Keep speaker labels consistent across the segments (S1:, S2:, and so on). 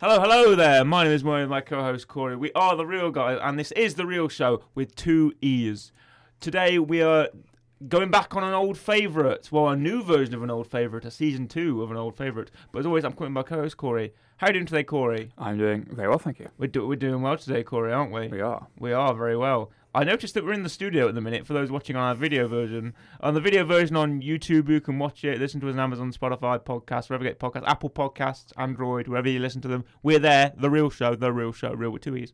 S1: Hello, hello there. My name is Murray, my co-host Corey. We are the Real Guys, and this is the Real Show with two ears. Today we are going back on an old favourite, well, a new version of an old favourite, a season two of an old favourite. But as always, I'm calling my co-host Corey. How are you doing today, Corey?
S2: I'm doing very well, thank you.
S1: We're, do- we're doing well today, Corey, aren't we?
S2: We are.
S1: We are very well. I noticed that we're in the studio at the minute for those watching on our video version. On the video version on YouTube, you can watch it, listen to us on Amazon, Spotify, podcasts, wherever you get podcasts, Apple Podcasts, Android, wherever you listen to them. We're there, The Real Show, The Real Show, Real with Two E's.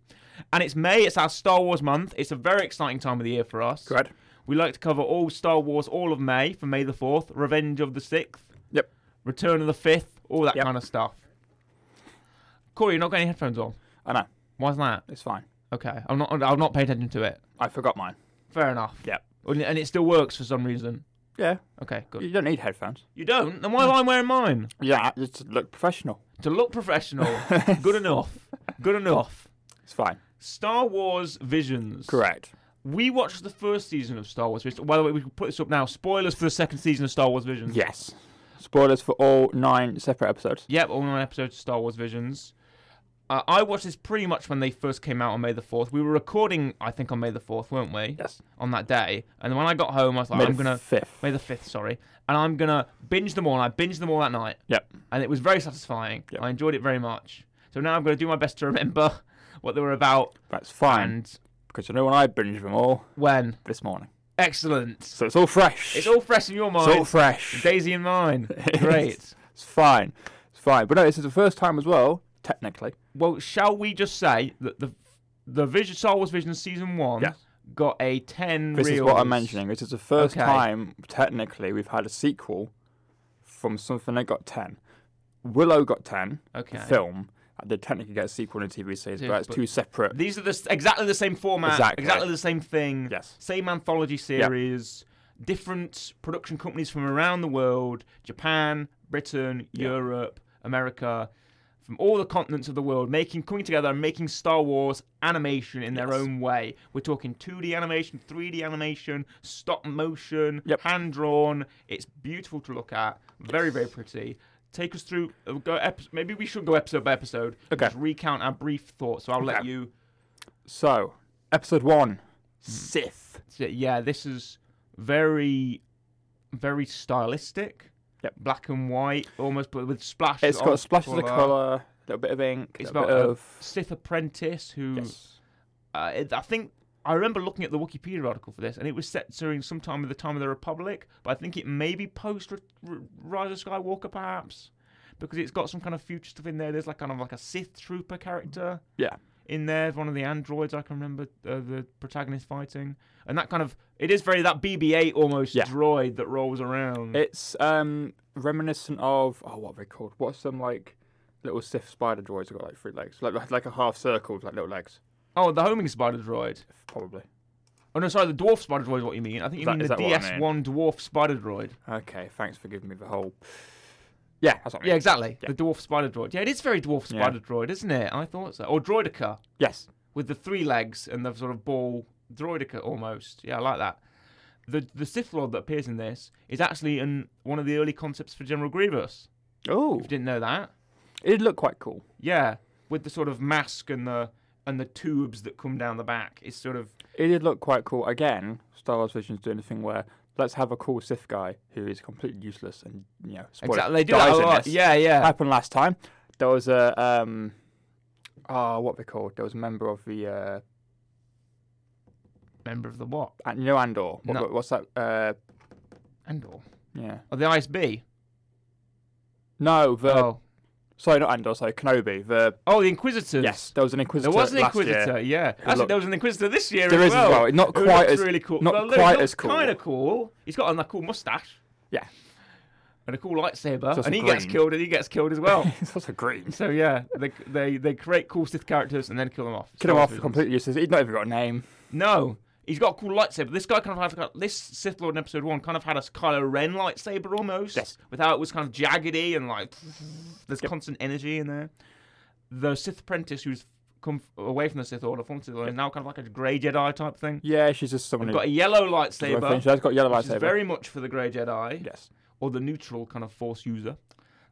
S1: And it's May, it's our Star Wars month. It's a very exciting time of the year for us.
S2: Correct.
S1: We like to cover all Star Wars, all of May, for May the 4th, Revenge of the 6th,
S2: Yep.
S1: Return of the 5th, all that
S2: Yep.
S1: kind of stuff. Corey, you're not getting headphones on.
S2: I know.
S1: Why's that?
S2: It's fine.
S1: Okay, I'm not. I'll not pay attention to it.
S2: I forgot mine.
S1: Fair enough.
S2: Yep.
S1: And and it still works for some reason.
S2: Yeah.
S1: Okay, good.
S2: You don't need headphones.
S1: You don't? Then why am I wearing mine?
S2: Yeah, you just look professional.
S1: To look professional. good enough. Good enough.
S2: It's fine.
S1: Star Wars Visions.
S2: Correct.
S1: We watched the first season of Star Wars Visions. By the way, we can put this up now. Spoilers for the second season of Star Wars Visions.
S2: Yes. Spoilers for all nine separate episodes.
S1: Yep, all nine episodes of Star Wars Visions. Uh, I watched this pretty much when they first came out on May the 4th. We were recording, I think, on May the 4th, weren't we?
S2: Yes.
S1: On that day. And when I got home, I was like,
S2: May
S1: I'm
S2: the
S1: going to.
S2: fifth.
S1: May the 5th, sorry. And I'm going to binge them all. And I binged them all that night.
S2: Yep.
S1: And it was very satisfying.
S2: Yep.
S1: I enjoyed it very much. So now I'm going to do my best to remember what they were about
S2: That's fine
S1: and
S2: because you know when I binged them all
S1: when.
S2: this morning,
S1: Excellent.
S2: so it's all fresh.
S1: It's all fresh in your
S2: It's
S1: mind.
S2: all fresh.
S1: Daisy in mine.
S2: It
S1: Great.
S2: It's fine. It's fine. But no, this is the first time as well, technically.
S1: Well, shall we just say that the the Vision Star Wars Vision season one
S2: Yes.
S1: got a ten.
S2: This is
S1: reels.
S2: what I'm mentioning. This is the first
S1: Okay.
S2: time, technically, we've had a sequel from something that got 10. Willow got 10,
S1: Okay.
S2: film. That did technically get a sequel in a TV series,
S1: Did,
S2: but it's
S1: but-
S2: two separate.
S1: These are the s- exactly the same format,
S2: Exactly.
S1: the same thing,
S2: Yes.
S1: same anthology series, different production companies from around the world, Japan, Britain,
S2: Yeah.
S1: Europe, America, from all the continents of the world, making coming together and making Star Wars animation in their
S2: Yes.
S1: own way. We're talking 2D animation, 3D animation, stop motion,
S2: Yep.
S1: hand drawn. It's beautiful to look at, very very pretty. Take us through. uh, Go ep- maybe we should go episode by episode. and
S2: Okay.
S1: Just recount our brief thoughts. So I'll let
S2: Okay.
S1: you
S2: So, episode
S1: Hmm.
S2: one Sith.
S1: So, yeah, this is very, very stylistic.
S2: Yep.
S1: Black and white, almost, but with splashes.
S2: It's
S1: of
S2: got splashes of
S1: colour.
S2: colour, a little bit of ink,
S1: It's
S2: a little
S1: about
S2: bit
S1: a
S2: of.
S1: Sith apprentice who,
S2: Yes.
S1: uh, it- I think, I remember looking at the Wikipedia article for this, and it was set during some time of the time of the Republic, but I think it may be post R- R- Rise of Skywalker, perhaps, because it's got some kind of future stuff in there. There's like kind of like a Sith trooper character
S2: Yeah.
S1: in there, one of the androids I can remember uh, the protagonist fighting, and that kind of it is very that BB-8 almost
S2: Yeah.
S1: droid that rolls around.
S2: It's um reminiscent of. Oh, what are they called? What's some like. Little Sith spider droids have got like three legs, like like, like a half circle with like little legs,
S1: oh, the homing spider droid.
S2: probably.
S1: Oh no, sorry, the dwarf spider droid is what you mean. I think you
S2: Is that-
S1: mean
S2: is
S1: the
S2: that what I
S1: DS1 dwarf spider droid.
S2: Okay, thanks for giving me the whole. Yeah, that's what I mean.
S1: Yeah, exactly.
S2: Yeah.
S1: The dwarf spider droid. Yeah, it is very dwarf
S2: Yeah.
S1: spider droid, isn't it? I thought so. Or droidica
S2: Yes.
S1: with the three legs and the sort of ball droidica almost. Yeah, I like that. The the Sith Lord that appears in this is actually in one of the early concepts for General Grievous.
S2: Oh,
S1: If you didn't know that.
S2: it did look quite cool.
S1: Yeah, with the sort of mask and the and the tubes that come down the back. It's sort of
S2: It did look quite cool. Again, Star Wars Visions doing the thing where let's have a cool Sith guy who is completely useless and you know spoiler,
S1: exactly they do
S2: dies
S1: that a
S2: in
S1: lot.
S2: this.
S1: Yeah, yeah.
S2: happened last time. There was a um, ah, what they called? There was a member of the uh,
S1: Member of the what?
S2: An- you know Andor. What,
S1: No.
S2: What's that? Uh,
S1: Andor.
S2: yeah.
S1: Oh, the ISB.
S2: No, the
S1: oh,
S2: sorry, not Andor. Sorry, Kenobi. The
S1: oh, the Inquisitors.
S2: yes, there was an Inquisitor.
S1: There was an
S2: last year.
S1: Inquisitor, yeah. Actually,
S2: looked-
S1: there was an Inquisitor this year
S2: There
S1: as
S2: is as
S1: well.
S2: well. Not
S1: who
S2: quite
S1: looks
S2: as-
S1: really cool.
S2: not
S1: well,
S2: quite as cool.
S1: Kind of cool. He's got a cool mustache.
S2: Yeah.
S1: And a cool lightsaber,
S2: So it's
S1: and he
S2: a
S1: gets
S2: green.
S1: killed, and he gets killed as well.
S2: it's also green.
S1: so yeah, they, they they create cool Sith characters and then kill them off.
S2: Kill
S1: Star
S2: him
S1: Wars
S2: off
S1: Visions.
S2: completely useless. He's not even got a name.
S1: No, he's got a cool lightsaber. This guy kind of had this Sith Lord in Episode One kind of had a Kylo Ren lightsaber almost,
S2: Yes.
S1: without it was kind of jaggedy and like there's
S2: Yep.
S1: constant energy in there. The Sith apprentice who's come f- away from the Sith Order, from the Sith Order, is now kind of like a grey Jedi type thing.
S2: Yeah, she's just someone
S1: We've
S2: who
S1: got a yellow
S2: does one
S1: lightsaber,
S2: thing. She has got yellow
S1: which is
S2: lightsaber.
S1: very much for the grey Jedi
S2: yes.
S1: or the neutral kind of Force user.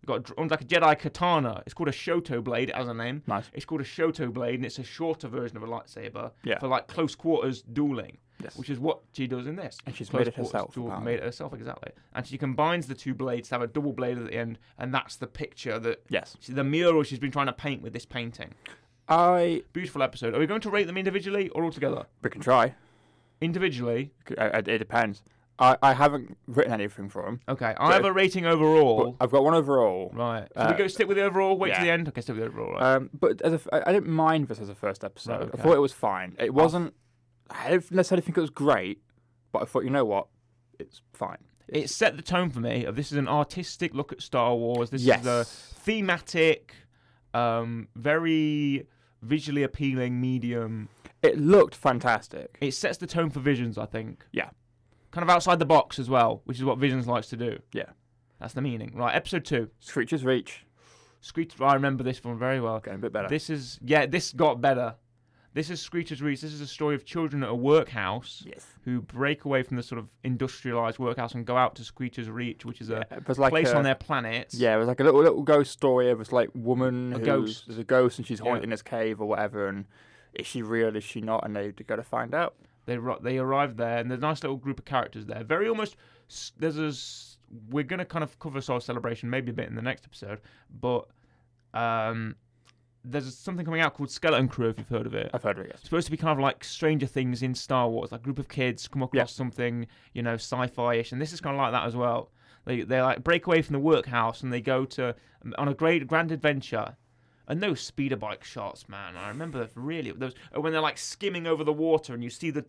S1: It got dr- owns like a Jedi katana. It's called a Shoto blade. It has a name.
S2: Nice.
S1: It's called a Shoto blade, and it's a shorter version of a lightsaber
S2: Yeah.
S1: for like close quarters dueling,
S2: Yes.
S1: which is what she does in this.
S2: And she's
S1: Close
S2: made it
S1: quarters
S2: herself,
S1: duel-
S2: apparently.
S1: made it herself exactly, and she combines the two blades to have a double blade at the end, and that's the picture that
S2: Yes.
S1: the mural she's been trying to paint with this painting.
S2: I.
S1: Beautiful episode. Are we going to rate them individually or all together?
S2: We can try.
S1: Individually.
S2: C- I- I- It depends. I, I haven't written anything for them.
S1: Okay. I have a rating overall.
S2: I've got one overall.
S1: Right. Uh, So
S2: Uh,
S1: we go stick with the overall. Wait to
S2: yeah.
S1: the end. Okay, stick with the overall. right.
S2: Um, but as a f- I, I didn't mind this as a first episode.
S1: Right,
S2: I
S1: okay. Oh.
S2: thought it was fine. It wasn't. I didn't necessarily think it was great, but I thought you know what, it's fine.
S1: it set the tone for me of this is an artistic look at Star Wars. This
S2: yes.
S1: is a thematic, um, very visually appealing medium.
S2: It looked fantastic.
S1: It sets the tone for Visions, I think.
S2: Yeah.
S1: Kind of outside the box as well, which is what Visions likes to do.
S2: Yeah.
S1: That's the meaning. Right. Episode two.
S2: Screecher's Reach
S1: Screech. I remember this one very well.
S2: getting a bit better.
S1: This is yeah, this got better. This is Screecher's Reach. This is a story of children at a workhouse
S2: yes.
S1: who break away from the sort of industrialized workhouse and go out to Screecher's Reach, which is a
S2: It was like
S1: place
S2: a,
S1: on their planet.
S2: Yeah, it was like a little little ghost story of this like woman
S1: A
S2: who's
S1: ghost.
S2: there's a ghost and she's
S1: Yeah.
S2: haunting this cave or whatever and is she real, is she not? And they got to find out.
S1: They ri- they arrived there and there's a nice little group of characters there. Very almost s- there's a s- we're gonna kind of cover Soul Celebration maybe a bit in the next episode, but um, there's something coming out called Skeleton Crew if you've heard of it.
S2: I've heard of it. Yes.
S1: It's supposed to be kind of like Stranger Things in Star Wars, like group of kids come across
S2: Yeah.
S1: something, you know, sci-fi-ish, and this is kind of like that as well. They they like break away from the workhouse and they go to um, on a great grand adventure. And those speeder bike shots, man, I remember really those when they're like skimming over the water and you see the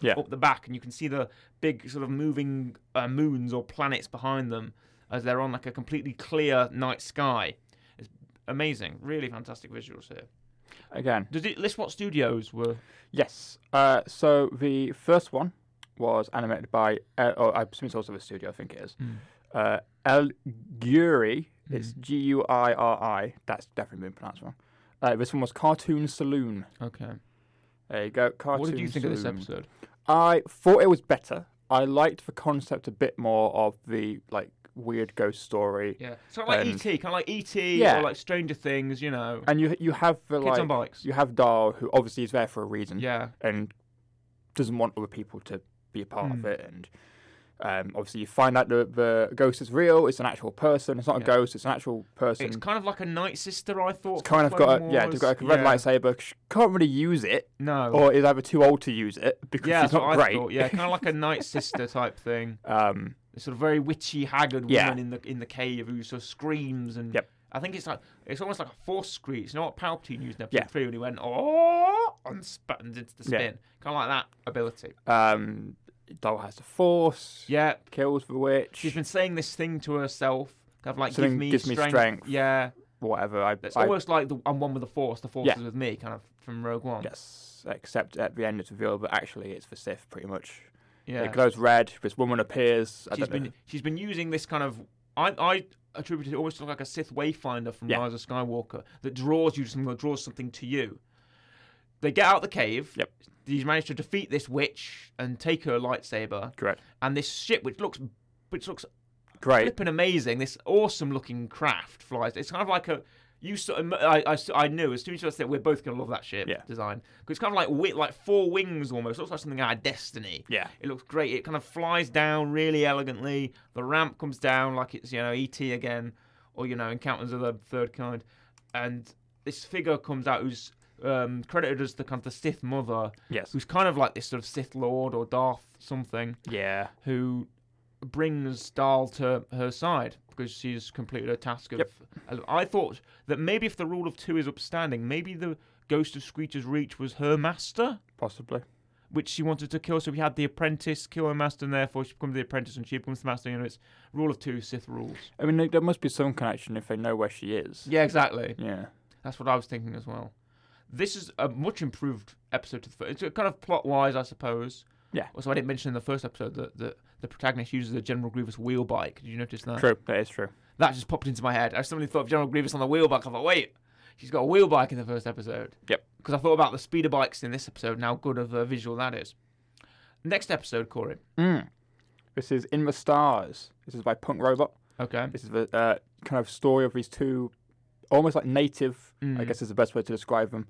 S2: Yeah.
S1: up the back and you can see the big sort of moving uh, moons or planets behind them as they're on like a completely clear night sky. It's amazing, really fantastic visuals here.
S2: Again,
S1: Does it list what studios were?
S2: yes. Uh, so the first one was animated by, uh, or I assume it's also a studio. I think it is.
S1: Hmm.
S2: Uh, El Guri. It's G U I R I. That's definitely been pronounced wrong. Uh, this one was Cartoon Saloon.
S1: Okay.
S2: There you go. Cartoon
S1: What did you think of this
S2: Saloon.
S1: episode?
S2: I thought it was better. I liked the concept a bit more of the like weird ghost story,
S1: Yeah. So like
S2: Um,
S1: ET, kind of like ET
S2: yeah.
S1: or like Stranger Things, you know.
S2: and you you have the
S1: Kids
S2: like
S1: on bikes.
S2: you have Dahl who obviously is there for a reason
S1: Yeah.
S2: and doesn't want other people to be a part of
S1: Mm.
S2: it, and um, obviously you find out the the ghost is real. It's an actual person. It's not
S1: Yeah.
S2: a ghost. It's an actual person.
S1: It's kind of like a Night Sister, I thought.
S2: It's kind of
S1: for
S2: got
S1: Clone
S2: a, yeah,
S1: Wars.
S2: they've got like a red
S1: Yeah.
S2: lightsaber. She can't really use it,
S1: No.
S2: or is either too old to use it because
S1: yeah,
S2: she's
S1: that's
S2: not
S1: what
S2: great.
S1: I thought. Yeah, kind of like a Night Sister type thing.
S2: um,
S1: The sort of very witchy, haggard woman
S2: Yeah.
S1: in the in the cave who sort of screams and.
S2: Yep.
S1: I think it's like it's almost like a force screech. You know what Palpatine used in episode
S2: Yeah.
S1: three when he went oh and spat and did the spin,
S2: Yeah.
S1: kind of like that ability.
S2: um, Dahl has the force.
S1: Yeah,
S2: Kills the witch.
S1: She's been saying this thing to herself, kind of like give
S2: Something
S1: me,
S2: gives me
S1: strength.
S2: strength.
S1: Yeah,
S2: whatever. I,
S1: it's
S2: I
S1: almost like the, I'm one with the Force. The Force
S2: Yeah.
S1: is with me, kind of from Rogue One.
S2: yes, except at the end it's revealed that actually it's the Sith, pretty much.
S1: Yeah,
S2: It glows red. This woman appears. I
S1: she's
S2: don't know.
S1: been she's been using this kind of I I attributed it almost to like a Sith wayfinder from
S2: Yeah.
S1: Rise of Skywalker that draws you to something, or draws something to you. They get out of the cave.
S2: Yep.
S1: He's managed to defeat this witch and take her lightsaber
S2: Correct.
S1: and this ship, which looks which looks
S2: Great.
S1: flipping amazing. This awesome looking craft flies. It's kind of like a you sort of, I, I, I knew as soon as you said we're both gonna love that ship
S2: Yeah.
S1: design because it's kind of like wi- like four wings almost. It looks like something out of Destiny.
S2: Yeah.
S1: It looks great. It kind of flies down really elegantly. The ramp comes down like it's you know ET again, or you know Encounters of the Third Kind, and this figure comes out who's um, credited as the kind of the Sith mother,
S2: Yes.
S1: who's kind of like this sort of Sith Lord or Darth something
S2: Yeah.
S1: who brings Dahl to her side because she's completed her task of.
S2: Yep.
S1: I thought that maybe if the rule of two is upstanding, maybe the ghost of Screecher's Reach was her master,
S2: Possibly.
S1: which she wanted to kill. So we had the apprentice kill her master, and therefore she becomes the apprentice, and she becomes the master. You know, it's rule of two, Sith rules.
S2: I mean, there- there must be some connection if they know where she is.
S1: Yeah, exactly.
S2: Yeah.
S1: That's what I was thinking as well. This is a much improved episode to the first. It's a kind of plot wise, I suppose.
S2: Yeah.
S1: Also, I didn't mention in the first episode that, that the protagonist uses a General Grievous wheel bike. Did you notice that?
S2: True. That is true.
S1: That just popped into my head. I suddenly thought of General Grievous on the wheel bike. I thought, wait, she's got a wheel bike in the first episode.
S2: Yep.
S1: Because I thought about the speeder bikes in this episode and how good of a visual that is. Next episode, Corey.
S2: Hmm. Mm. This is In the Stars. This is by Punk Robot.
S1: Okay.
S2: This is the uh, kind of story of these two, almost like native, I
S1: Mm.
S2: guess is the best way to describe them.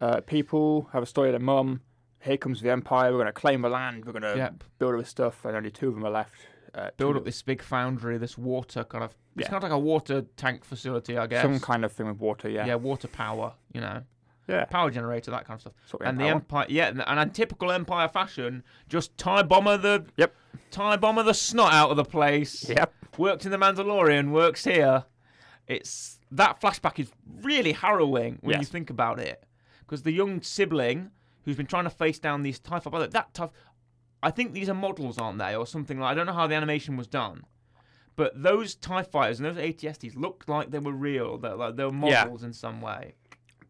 S2: Uh, people have a story of their mum. Here comes the empire. We're going to claim the land. We're going to
S1: Yep.
S2: build all this stuff, and only two of them are left. Uh,
S1: Build
S2: to
S1: up this big foundry, this water kind of. It's
S2: Yeah.
S1: kind of like a water tank facility, I guess.
S2: some kind of thing with water. Yeah,
S1: yeah, water power. You know,
S2: yeah.
S1: power generator, that kind of stuff.
S2: Sort of
S1: and the
S2: empower.
S1: empire, yeah, and and in typical empire fashion, just tie bomber the
S2: Yep.
S1: tie bomber the snot out of the place.
S2: Yep.
S1: Worked in the Mandalorian, works here. It's that flashback is really harrowing when you
S2: Yes.
S1: think about it, because the young sibling who's been trying to face down these tie fighters, that tough. I think these are models, aren't they, or something like? I don't know how the animation was done. But those TIE fighters and those ATSTs looked like they were real. They're like they were
S2: Yeah.
S1: models in some way.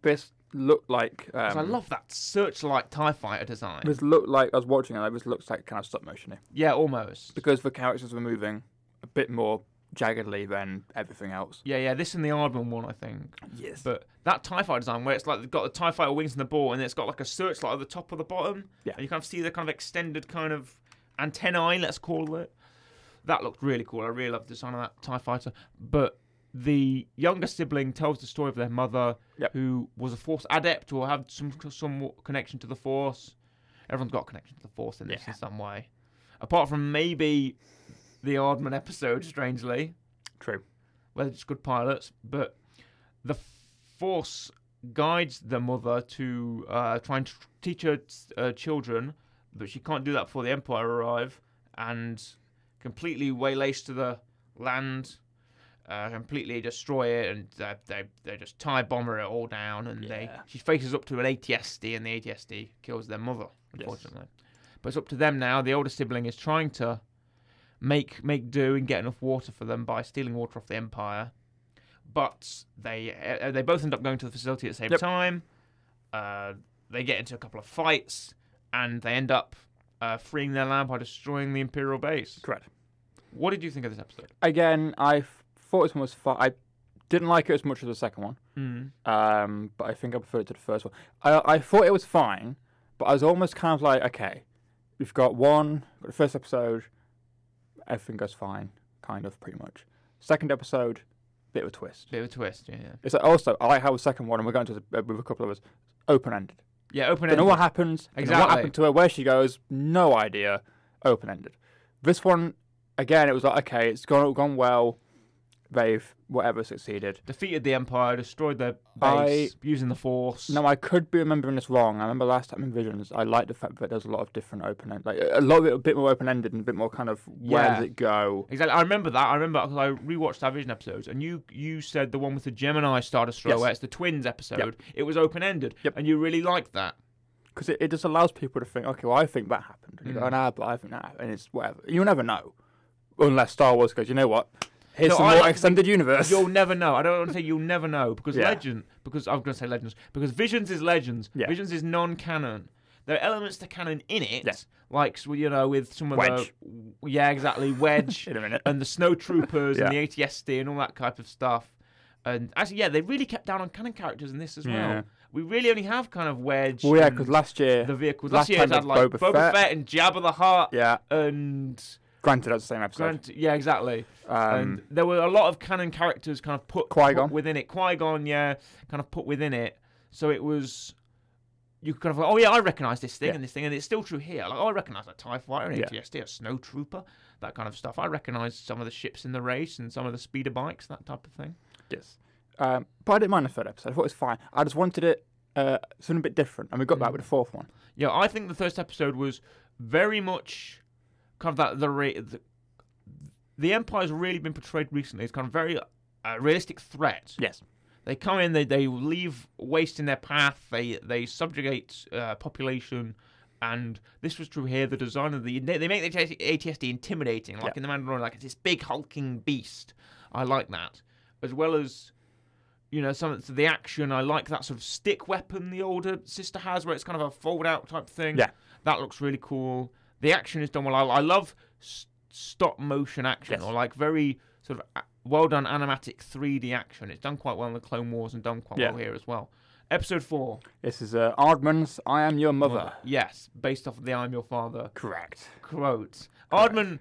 S2: This looked like.
S1: 'Cause
S2: Um,
S1: I love that searchlight TIE fighter design.
S2: This looked like I was watching it. Like, this looks like kind of stop motion
S1: Yeah, almost.
S2: because the characters were moving a bit more jaggedly than everything else.
S1: Yeah, yeah, this and the Aardman one, I think.
S2: Yes.
S1: But that TIE fighter design where it's like they've got the TIE fighter wings in the ball and it's got like a searchlight at the top or the bottom.
S2: Yeah.
S1: And you kind of see the kind of extended kind of antennae, let's call it. That looked really cool. I really loved the design of that TIE fighter. But the younger sibling tells the story of their mother
S2: Yep.
S1: who was a Force adept or had some some connection to the Force. Everyone's got connection to the Force in this
S2: Yeah.
S1: in some way. Apart from maybe the Aardman episode, strangely
S2: True.
S1: whether it's good pilots, but the Force guides the mother to uh, try and tr- teach her uh, children, but she can't do that before the Empire arrive, and completely waylays to the land, uh, completely destroy it, and uh, they they just tie bomber it all down, and they
S2: Yeah.
S1: she faces up to an ATSD, and the ATSD kills their mother,
S2: Yes.
S1: unfortunately. But it's up to them now. The older sibling is trying to make make do and get enough water for them by stealing water off the Empire. But they uh, they both end up going to the facility at the same
S2: Yep.
S1: time. Uh, they get into a couple of fights and they end up uh, freeing their land by destroying the Imperial base.
S2: Correct.
S1: What did you think of this episode?
S2: Again, I f- thought this one was fun. I didn't like it as much as the second one,
S1: Mm.
S2: um, but I think I preferred it to the first one. I, I thought it was fine, but I was almost kind of like, okay, we've got one, we've got the first episode, everything goes fine, kind of pretty much. Second episode, bit of a twist.
S1: Bit of a twist, yeah. Yeah,
S2: It's like also I like how the second one, and we're going to this- uh, with a couple of us, open ended.
S1: yeah open
S2: Don't know
S1: ended.
S2: what happens. don't know What
S1: Exactly.
S2: happened to her? Where she goes? No idea. Open ended. This one again, it was like okay, it's gone gone well. They've whatever succeeded.
S1: Defeated the Empire, destroyed their
S2: I-
S1: base using the Force.
S2: Now I could be remembering this wrong. I remember last time in Visions, I liked the fact that there's a lot of different open end, like a lot of it a bit more open ended and a bit more kind of where
S1: Yeah.
S2: does it go?
S1: Exactly. I remember that. I remember because I rewatched our Vision episodes, and you you said the one with the Gemini Star Destroyer,
S2: Yes.
S1: where it's the twins episode. It was open ended,
S2: Yep.
S1: and you really liked that.
S2: Because it, it just allows people to think, okay, well I think that happened, and you go,
S1: Mm.
S2: nah, but I think that, happened. and it's whatever. You never know, unless Star Wars goes, you know what? Here's
S1: No,
S2: some
S1: I
S2: more
S1: like-
S2: extended universe.
S1: You'll never know. I don't want to say you'll never know because
S2: Yeah.
S1: legend. Because I'm going to say legends. Because Visions is legends.
S2: Yeah.
S1: Visions is non-canon. There are elements to canon in it,
S2: Yes.
S1: like so, you know, with some of
S2: Wedge.
S1: the yeah, exactly wedge
S2: In a minute.
S1: and the snow troopers and
S2: Yeah.
S1: the ATSD and all that type of stuff. And actually, yeah, they really kept down on canon characters in this as well.
S2: Yeah.
S1: We really only have kind of wedge.
S2: Well, yeah,
S1: and
S2: because last year,
S1: the vehicles.
S2: last
S1: Last, year
S2: time
S1: it
S2: it
S1: had like
S2: was
S1: Boba,
S2: Boba
S1: Fett.
S2: Fett.
S1: and Jabba the Hutt
S2: yeah,
S1: and
S2: granted that's the same episode.
S1: Grant. Yeah, exactly. and
S2: um,
S1: there were a lot of canon characters kind of put,
S2: Qui-Gon.
S1: put within it. Qui Gon, yeah, kind of put within it. So it was you could kind of like, oh yeah, I recognise this thing
S2: Yeah.
S1: and this thing, and it's still true here. Like, oh, I recognise a Tie Fighter, an
S2: Yeah.
S1: ATSD, a Snow Trooper, that kind of stuff. I recognise some of the ships in the race and some of the speeder bikes, that type of thing.
S2: yes. Um, but I didn't mind the third episode. I thought it was fine. I just wanted it uh, something a bit different, and we got that with the fourth one.
S1: Yeah, I think the first episode was very much kind of that the re- the, the empire's really been portrayed recently. It's kind of very uh, realistic threat.
S2: Yes.
S1: They come in, they, they leave waste in their path, they they subjugate uh, population, and this was true here. The design of the they, they make the ATSD intimidating, like
S2: Yeah.
S1: in the Mandalorian, like it's this big hulking beast. I like that, as well as you know some of the action. I like that sort of stick weapon the older sister has, where it's kind of a fold out type thing.
S2: Yeah.
S1: that looks really cool. The action is done well. I, I love s- stop motion action
S2: Yes.
S1: or like very sort of a- well done animatic 3D action. It's done quite well in the Clone Wars and done quite
S2: Yeah.
S1: well here as well. Episode four,
S2: This is uh, Aardman's I Am Your Mother.
S1: yes, based off of the "I'm Your Father"
S2: Correct.
S1: quote. Aardman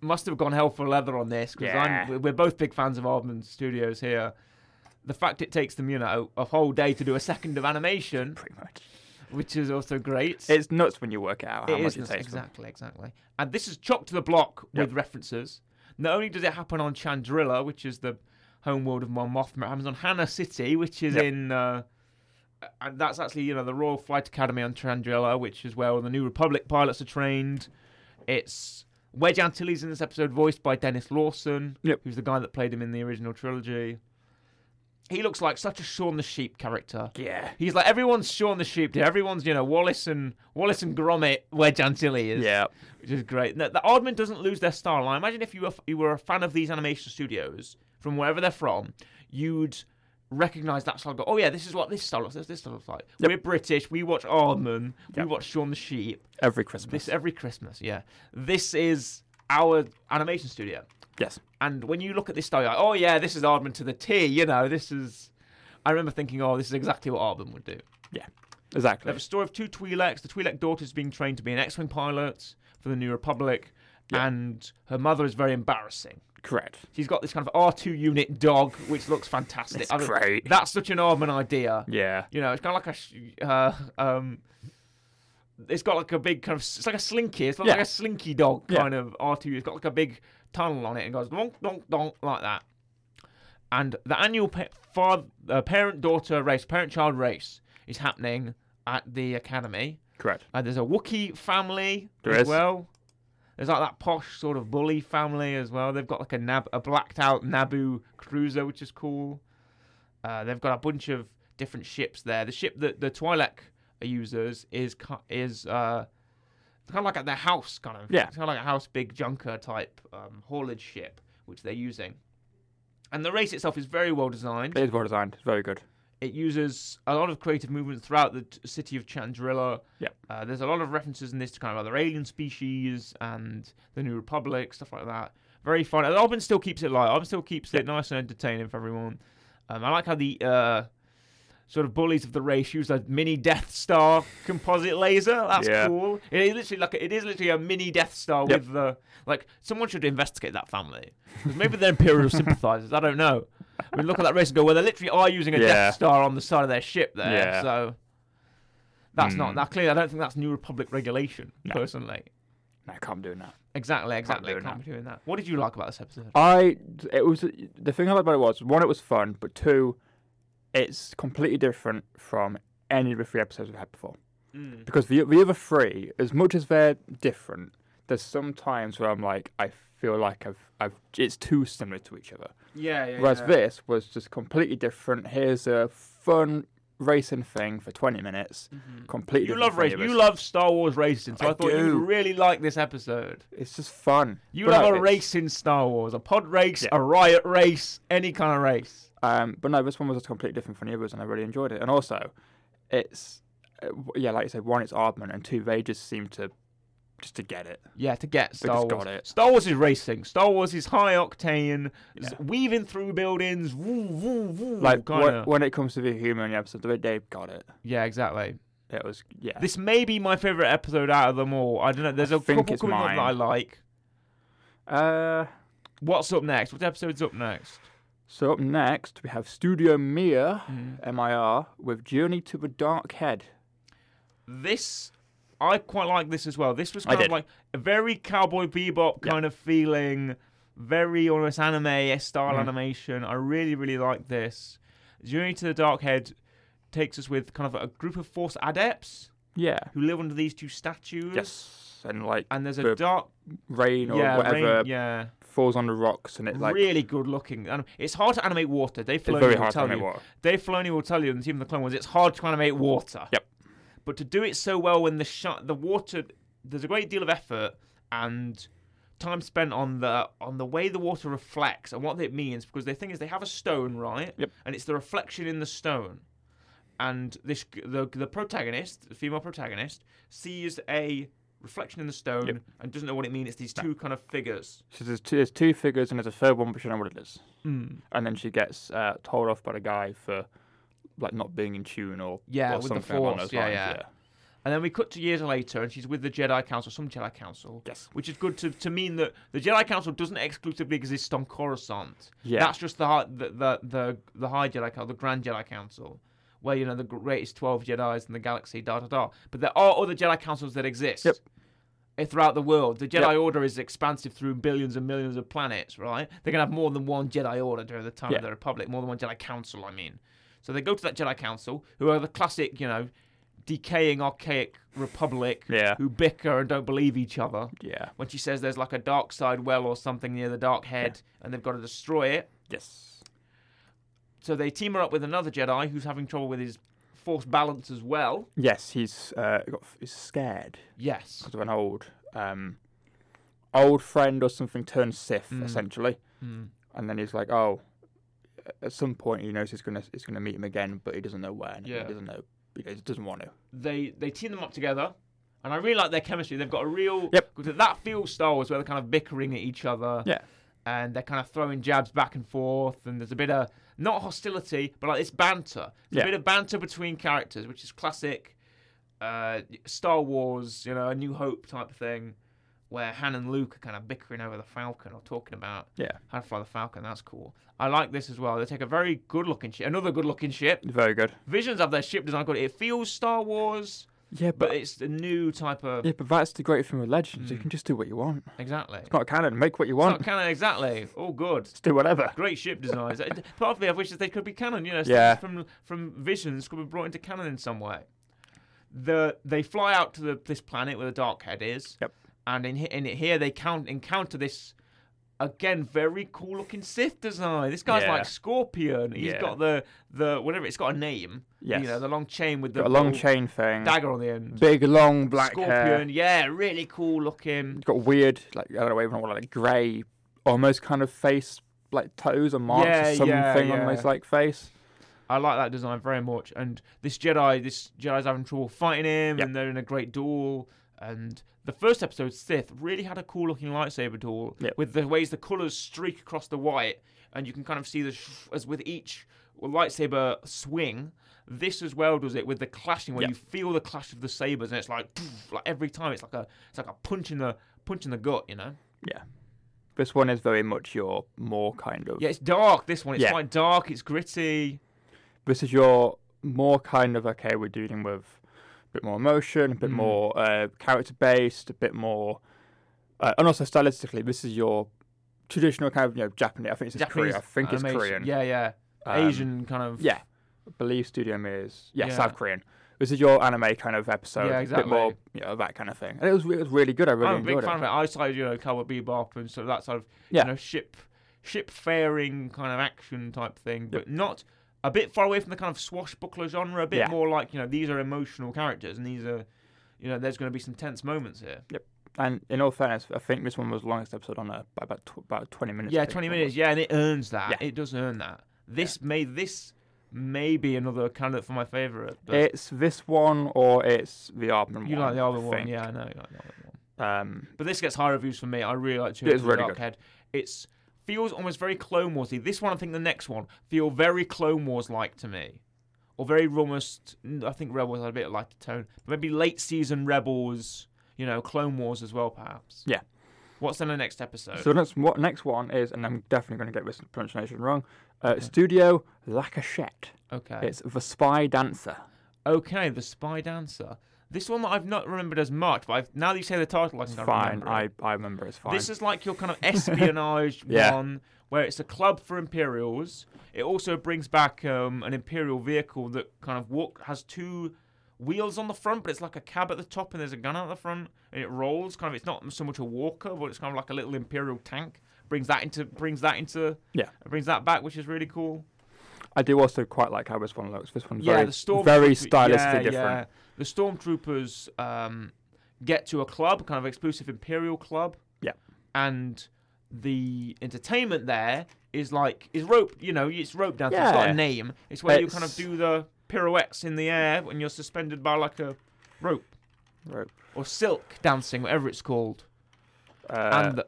S1: must have gone hell for leather on this because
S2: Yeah.
S1: we're both big fans of Aardman Studios here. The fact it takes them, you know, a whole day to do a second of animation,
S2: pretty much.
S1: which is also great.
S2: It's nuts when you work it out how
S1: It
S2: much
S1: is
S2: it
S1: nuts,
S2: takes. them.
S1: exactly, exactly. And this is chock to the block
S2: Yep.
S1: with references. Not only does it happen on Chandrilla, which is the home world of Mon Mothma, it happens on Hannah City, which is
S2: Yep.
S1: in. Uh, and that's actually, you know, the Royal Flight Academy on Chandrilla, which is where all the New Republic pilots are trained. It's Wedge Antilles in this episode, voiced by Dennis Lawson,
S2: Yep.
S1: who's the guy that played him in the original trilogy. He looks like such a Shaun the Sheep character.
S2: Yeah.
S1: He's like everyone's Shaun the Sheep. Dude. Everyone's you know Wallace and Wallace and Gromit where Chantilly is.
S2: Yeah.
S1: which is great. The, the Oddman doesn't lose their style. I imagine if you were you were a fan of these animation studios from wherever they're from, you'd recognize that style. And go, oh yeah, this is what this style looks. This this style looks like. We're British. We watch Oddman. We
S2: Yep.
S1: watch Shaun the Sheep.
S2: Every Christmas.
S1: This every Christmas. Yeah, this is our animation studio.
S2: Yes.
S1: And when you look at this style, you're like, oh yeah, this is Oddman to the T. You know, this is. I remember thinking, oh, this is exactly what Oddman would do. They
S2: Exactly.
S1: have a story of two Twi'leks. The Twi'lek daughter is being trained to be an X-wing pilot for the New Republic,
S2: Yeah.
S1: and her mother is very embarrassing.
S2: Correct.
S1: She's got this kind of R2 unit dog, which looks fantastic.
S2: That's
S1: I mean,
S2: great.
S1: That's such an Armin idea.
S2: Yeah.
S1: You know, it's kind of like a. sh- Uh, um, it's got like a big kind of. It's like a slinky. It's like,
S2: Yeah.
S1: like a slinky dog
S2: Yeah.
S1: kind of R2. It's got like a big tunnel on it and goes donk, donk, donk, like that. And the annual pa- father, uh, parent daughter race, parent child race is happening at the academy.
S2: Correct.
S1: Uh, there's a Wookiee family
S2: There
S1: as
S2: is.
S1: well. There's like that posh sort of bully family as well. They've got like a nab- a blacked out Naboo cruiser, which is cool. Uh, they've got a bunch of different ships there. The ship that the Twi'lek uses is ki- is uh, kind of like at their house, kind of
S2: Yeah.
S1: It's kind of like a house big junker type um, haulage ship, which they're using. And the race itself is very well designed.
S2: It is well designed. It's very good.
S1: It uses a lot of creative movement throughout the t- city of Chandrilla.
S2: Yep.
S1: Uh, there's a lot of references in this to kind of other alien species and the New Republic, stuff like that. Very fun. And Albin still keeps it light. Albin still keeps it nice and entertaining for everyone. Um, I like how the uh, sort of bullies of the race use a mini Death Star composite laser. That's
S2: Yeah.
S1: cool. It is literally like a, it is literally a mini Death Star
S2: Yep.
S1: with the like. Someone should investigate that family. 'Cause Maybe they're Imperial sympathizers. I don't know. I mean, look at that race and go, well, they literally are using a
S2: Yeah.
S1: Death Star on the side of their ship there.
S2: Yeah.
S1: So that's
S2: Hmm.
S1: not that clear. I don't think that's New Republic regulation,
S2: No.
S1: personally.
S2: No, I can't do that.
S1: Exactly, exactly.
S2: do
S1: Can't,
S2: that.
S1: be doing that. What did you like about this episode?
S2: I. It was the thing I liked about it was one, it was fun, but two, it's completely different from any of the three episodes we've had before.
S1: Mm.
S2: Because the the other three, as much as they're different, there's some times where I'm like, I feel like I've, I've, it's too similar to each other.
S1: Yeah, yeah.
S2: Whereas this was just completely different. Here's a fun racing thing for 20 minutes. Completely.
S1: You
S2: different
S1: love
S2: from
S1: race.
S2: the
S1: You
S2: others.
S1: love Star Wars racing, so I,
S2: I
S1: thought you
S2: do.
S1: would really like this episode.
S2: It's just fun.
S1: You
S2: But no,
S1: love a
S2: it's-
S1: race in Star Wars, a pod race,
S2: Yeah.
S1: a riot race, any kind of race.
S2: Um, but no, this one was just completely different from the others, and I really enjoyed it. And also, it's uh, w- yeah, like you said, one it's Aardman, and two they just seem to just to get it.
S1: Yeah, to get
S2: They
S1: Star
S2: just
S1: Wars.
S2: got it.
S1: Star Wars is racing. Star Wars is high octane, z-
S2: Yeah.
S1: weaving through buildings, woo, woo, woo.
S2: Like wh-
S1: kinda.
S2: when it comes to the humor in the episode, they they got it.
S1: yeah, exactly.
S2: It was yeah,
S1: This may be my favorite episode out of them all. I don't know. There's a
S2: think
S1: couple
S2: it's
S1: coming up that
S2: mine.
S1: I like.
S2: uh.
S1: What's up next? What episode's up next?
S2: So up next we have Studio Mir,
S1: Mhm.
S2: MIR, with Journey to the Dark Head.
S1: This, I quite like this as well. This was
S2: I
S1: kind of
S2: did.
S1: like a very cowboy bebop
S2: Yeah.
S1: kind of feeling, very almost anime style
S2: Mhm.
S1: animation. I really, really like this. Journey to the Dark Head takes us with kind of a group of Force adepts.
S2: Yeah.
S1: who live under these two statues.
S2: Yes. And like
S1: And there's a
S2: The
S1: dark,
S2: rain or
S1: Mm. yeah, rain-
S2: whatever
S1: yeah,
S2: falls on the rocks and it like
S1: really good looking. And it's hard to animate water. Dave
S2: it's
S1: Filoni
S2: very
S1: will
S2: hard to
S1: tell
S2: animate
S1: you.
S2: water.
S1: Dave Filoni will tell you in the team of the Clone Wars, it's hard to animate water.
S2: Yep.
S1: But to do it so well when the sh- the water, there's a great deal of effort and time spent on the on the way the water reflects and what it means because the thing is they have a stone right
S2: Yep.
S1: and it's the reflection in the stone and this the, the protagonist the female protagonist sees a reflection in the stone
S2: Yep.
S1: and doesn't know what it means it's these two kind of figures
S2: So there's two, there's two figures and there's a third one, but she don't know what it is.
S1: mm.
S2: And then she gets uh, told off by the guy for like not being in tune or
S1: Yeah,
S2: or
S1: with the
S2: something along
S1: Force,
S2: those
S1: yeah,
S2: lines,
S1: yeah. And then we cut to years later, and she's with the Jedi Council, some Jedi Council,
S2: Yes.
S1: which is good to, to mean that the Jedi Council doesn't exclusively exist on Coruscant.
S2: Yeah.
S1: That's just the high, the, the, the, the high Jedi Council, the Grand Jedi Council, where, you know, the greatest 12 Jedis in the galaxy, da da da. But there are other Jedi Councils that exist
S2: Yep.
S1: eh, throughout the world. The Jedi
S2: Yep.
S1: Order is expansive through billions and millions of planets, right? They're going to have more than one Jedi Order during the time
S2: Yeah.
S1: of the Republic, more than one Jedi Council, I mean. So they go to that Jedi Council, who are the classic, you know, decaying, archaic Republic
S2: Yeah.
S1: who bicker and don't believe each other.
S2: Yeah.
S1: When she says there's like a dark side well or something near the dark head and they've got to destroy it.
S2: Yes.
S1: So they team her up with another Jedi who's having trouble with his force balance as well.
S2: Yes, he's uh, got, he's scared
S1: Yes.
S2: because of an old um, old friend or something turned Sith
S1: Mm.
S2: essentially,
S1: Mm.
S2: and then he's like, oh, at some point he knows he's gonna he's gonna meet him again, but he doesn't know when. and
S1: Yeah.
S2: He doesn't know. He doesn't want to.
S1: They they team them up together. And I really like their chemistry. They've got a real
S2: Yep.
S1: that feels Star Wars where they're kind of bickering at each other.
S2: Yeah.
S1: and they're kind of throwing jabs back and forth, and there's a bit of not hostility, but like it's banter. There's
S2: Yeah.
S1: a bit of banter between characters, which is classic uh, Star Wars, you know, A New Hope type thing, where Han and Luke are kind of bickering over the Falcon or talking about
S2: Yeah.
S1: how to fly the Falcon. That's cool. I like this as well. They take a very good-looking ship, another good-looking ship.
S2: Very good.
S1: Visions of their ship design good. It feels Star Wars,
S2: Yeah,
S1: but it's a new type of
S2: yeah, but that's the great thing with Legends. You
S1: Mm.
S2: can just do what you want.
S1: exactly. It's
S2: It's not canon. Make what you want.
S1: not canon exactly. All good.
S2: Just do whatever.
S1: great ship designs. Uh, Part of me, I wish that they could be canon. You know,
S2: Yeah.
S1: yeah. from from visions could be brought into canon in some way. The they fly out to the this planet where the dark head is.
S2: Yep.
S1: And in he- in it here they count encounter this again very cool looking Sith design. This guy's
S2: Yeah.
S1: like Scorpion. He's
S2: Yeah.
S1: got the the whatever. It's got a name.
S2: Yes.
S1: You know the long chain with the
S2: Got a long
S1: little
S2: chain thing.
S1: dagger on the end.
S2: Big long black
S1: Scorpion.
S2: hair.
S1: Yeah, really cool looking.
S2: It's got weird, like I don't know, even what like grey, almost kind of face, like toes or marks
S1: Yeah,
S2: or
S1: yeah,
S2: something
S1: yeah.
S2: on his like face.
S1: I like that design very much. And this Jedi, this Jedi's having trouble fighting him,
S2: Yep.
S1: and they're in a great duel. And the first episode, Sith, really had a cool looking lightsaber duel
S2: Yep.
S1: with the ways the colors streak across the white, and you can kind of see the sh- as with each lightsaber swing. This as well does it with the clashing, where
S2: Yep.
S1: you feel the clash of the sabers, and it's like, like every time it's like a it's like a punch in the punch in the gut, you know.
S2: This one is very much your more kind of.
S1: Yeah, it's dark. This one, it's
S2: Yeah.
S1: quite dark. It's gritty.
S2: This is your more kind of okay. We're dealing with a bit more emotion, a bit
S1: Mm.
S2: more uh, character based, a bit more, uh, and also stylistically, this is your traditional kind of you know Japanese. I think it's just Korea. I think it's
S1: animation.
S2: Korean.
S1: Yeah, yeah.
S2: Um,
S1: Asian kind of.
S2: Yeah, I believe Studio is yeah,
S1: Yeah.
S2: South Korean. This is your anime kind of episode,
S1: Yeah,
S2: a bit more you know that kind of thing. And it was it was really good. I really
S1: I'm a big
S2: enjoyed
S1: fan of
S2: it.
S1: it. I started, you know, Cowboy Bebop and sort of that sort of,
S2: Yeah.
S1: you know, ship ship faring kind of action type thing, but not a bit far away from the kind of swashbuckler genre. A bit
S2: Yeah.
S1: more like, you know, these are emotional characters and these are, you know, there's going to be some tense moments here.
S2: And in all fairness, I think this one was the longest episode on uh, by about tw- about twenty minutes. I
S1: yeah,
S2: think
S1: 20
S2: it
S1: minutes. Yeah, and it earns that.
S2: Yeah.
S1: It does earn that. This may this may be another candidate for my favorite.
S2: was.
S1: But
S2: It's this one or it's the Armin
S1: you
S2: one.
S1: like the other
S2: I
S1: one?
S2: think.
S1: Yeah, I know you like the other one.
S2: Um,
S1: But this gets high reviews for me. I really like
S2: It
S1: Children
S2: is
S1: of the
S2: really
S1: Dark
S2: good.
S1: Head. It's feels almost very Clone Warsy. This one, I think, the next one feel very Clone Wars like to me, or very almost. I think Rebels had a bit of lighter tone. Maybe late season Rebels, you know, Clone Wars as well, perhaps.
S2: Yeah.
S1: What's in the next episode?
S2: so next what next one is, and I'm definitely going to get this pronunciation wrong. Uh, Studio Lacachette.
S1: okay.
S2: It's the Spy Dancer.
S1: okay, the Spy Dancer. This one that I've not remembered as much, but I've, now that you say the title, I
S2: It's
S1: can kind of
S2: fine.
S1: remember it.
S2: I, I remember it's fine.
S1: This is like your kind of espionage
S2: Yeah.
S1: one, where it's a club for Imperials. It also brings back um, an Imperial vehicle that kind of walk has two wheels on the front, but it's like a cab at the top and there's a gun out the front, and it rolls. Kind of, it's not so much a walker, but it's kind of like a little Imperial tank. Brings that into brings that into
S2: Yeah.
S1: brings that back, which is really cool.
S2: I do also quite like how this one looks. This one's
S1: yeah,
S2: very,
S1: the storm
S2: very stylistically
S1: yeah,
S2: different.
S1: yeah. The stormtroopers um, get to a club, kind of exclusive imperial club.
S2: Yeah.
S1: and the entertainment there is like is rope. You know, it's rope dancing. It's got
S2: Yeah.
S1: a name. It's where you kind of
S2: It's-
S1: do the pirouettes in the air when you're suspended by like a rope
S2: Rope.
S1: or silk dancing, whatever it's called.
S2: Uh,
S1: and the,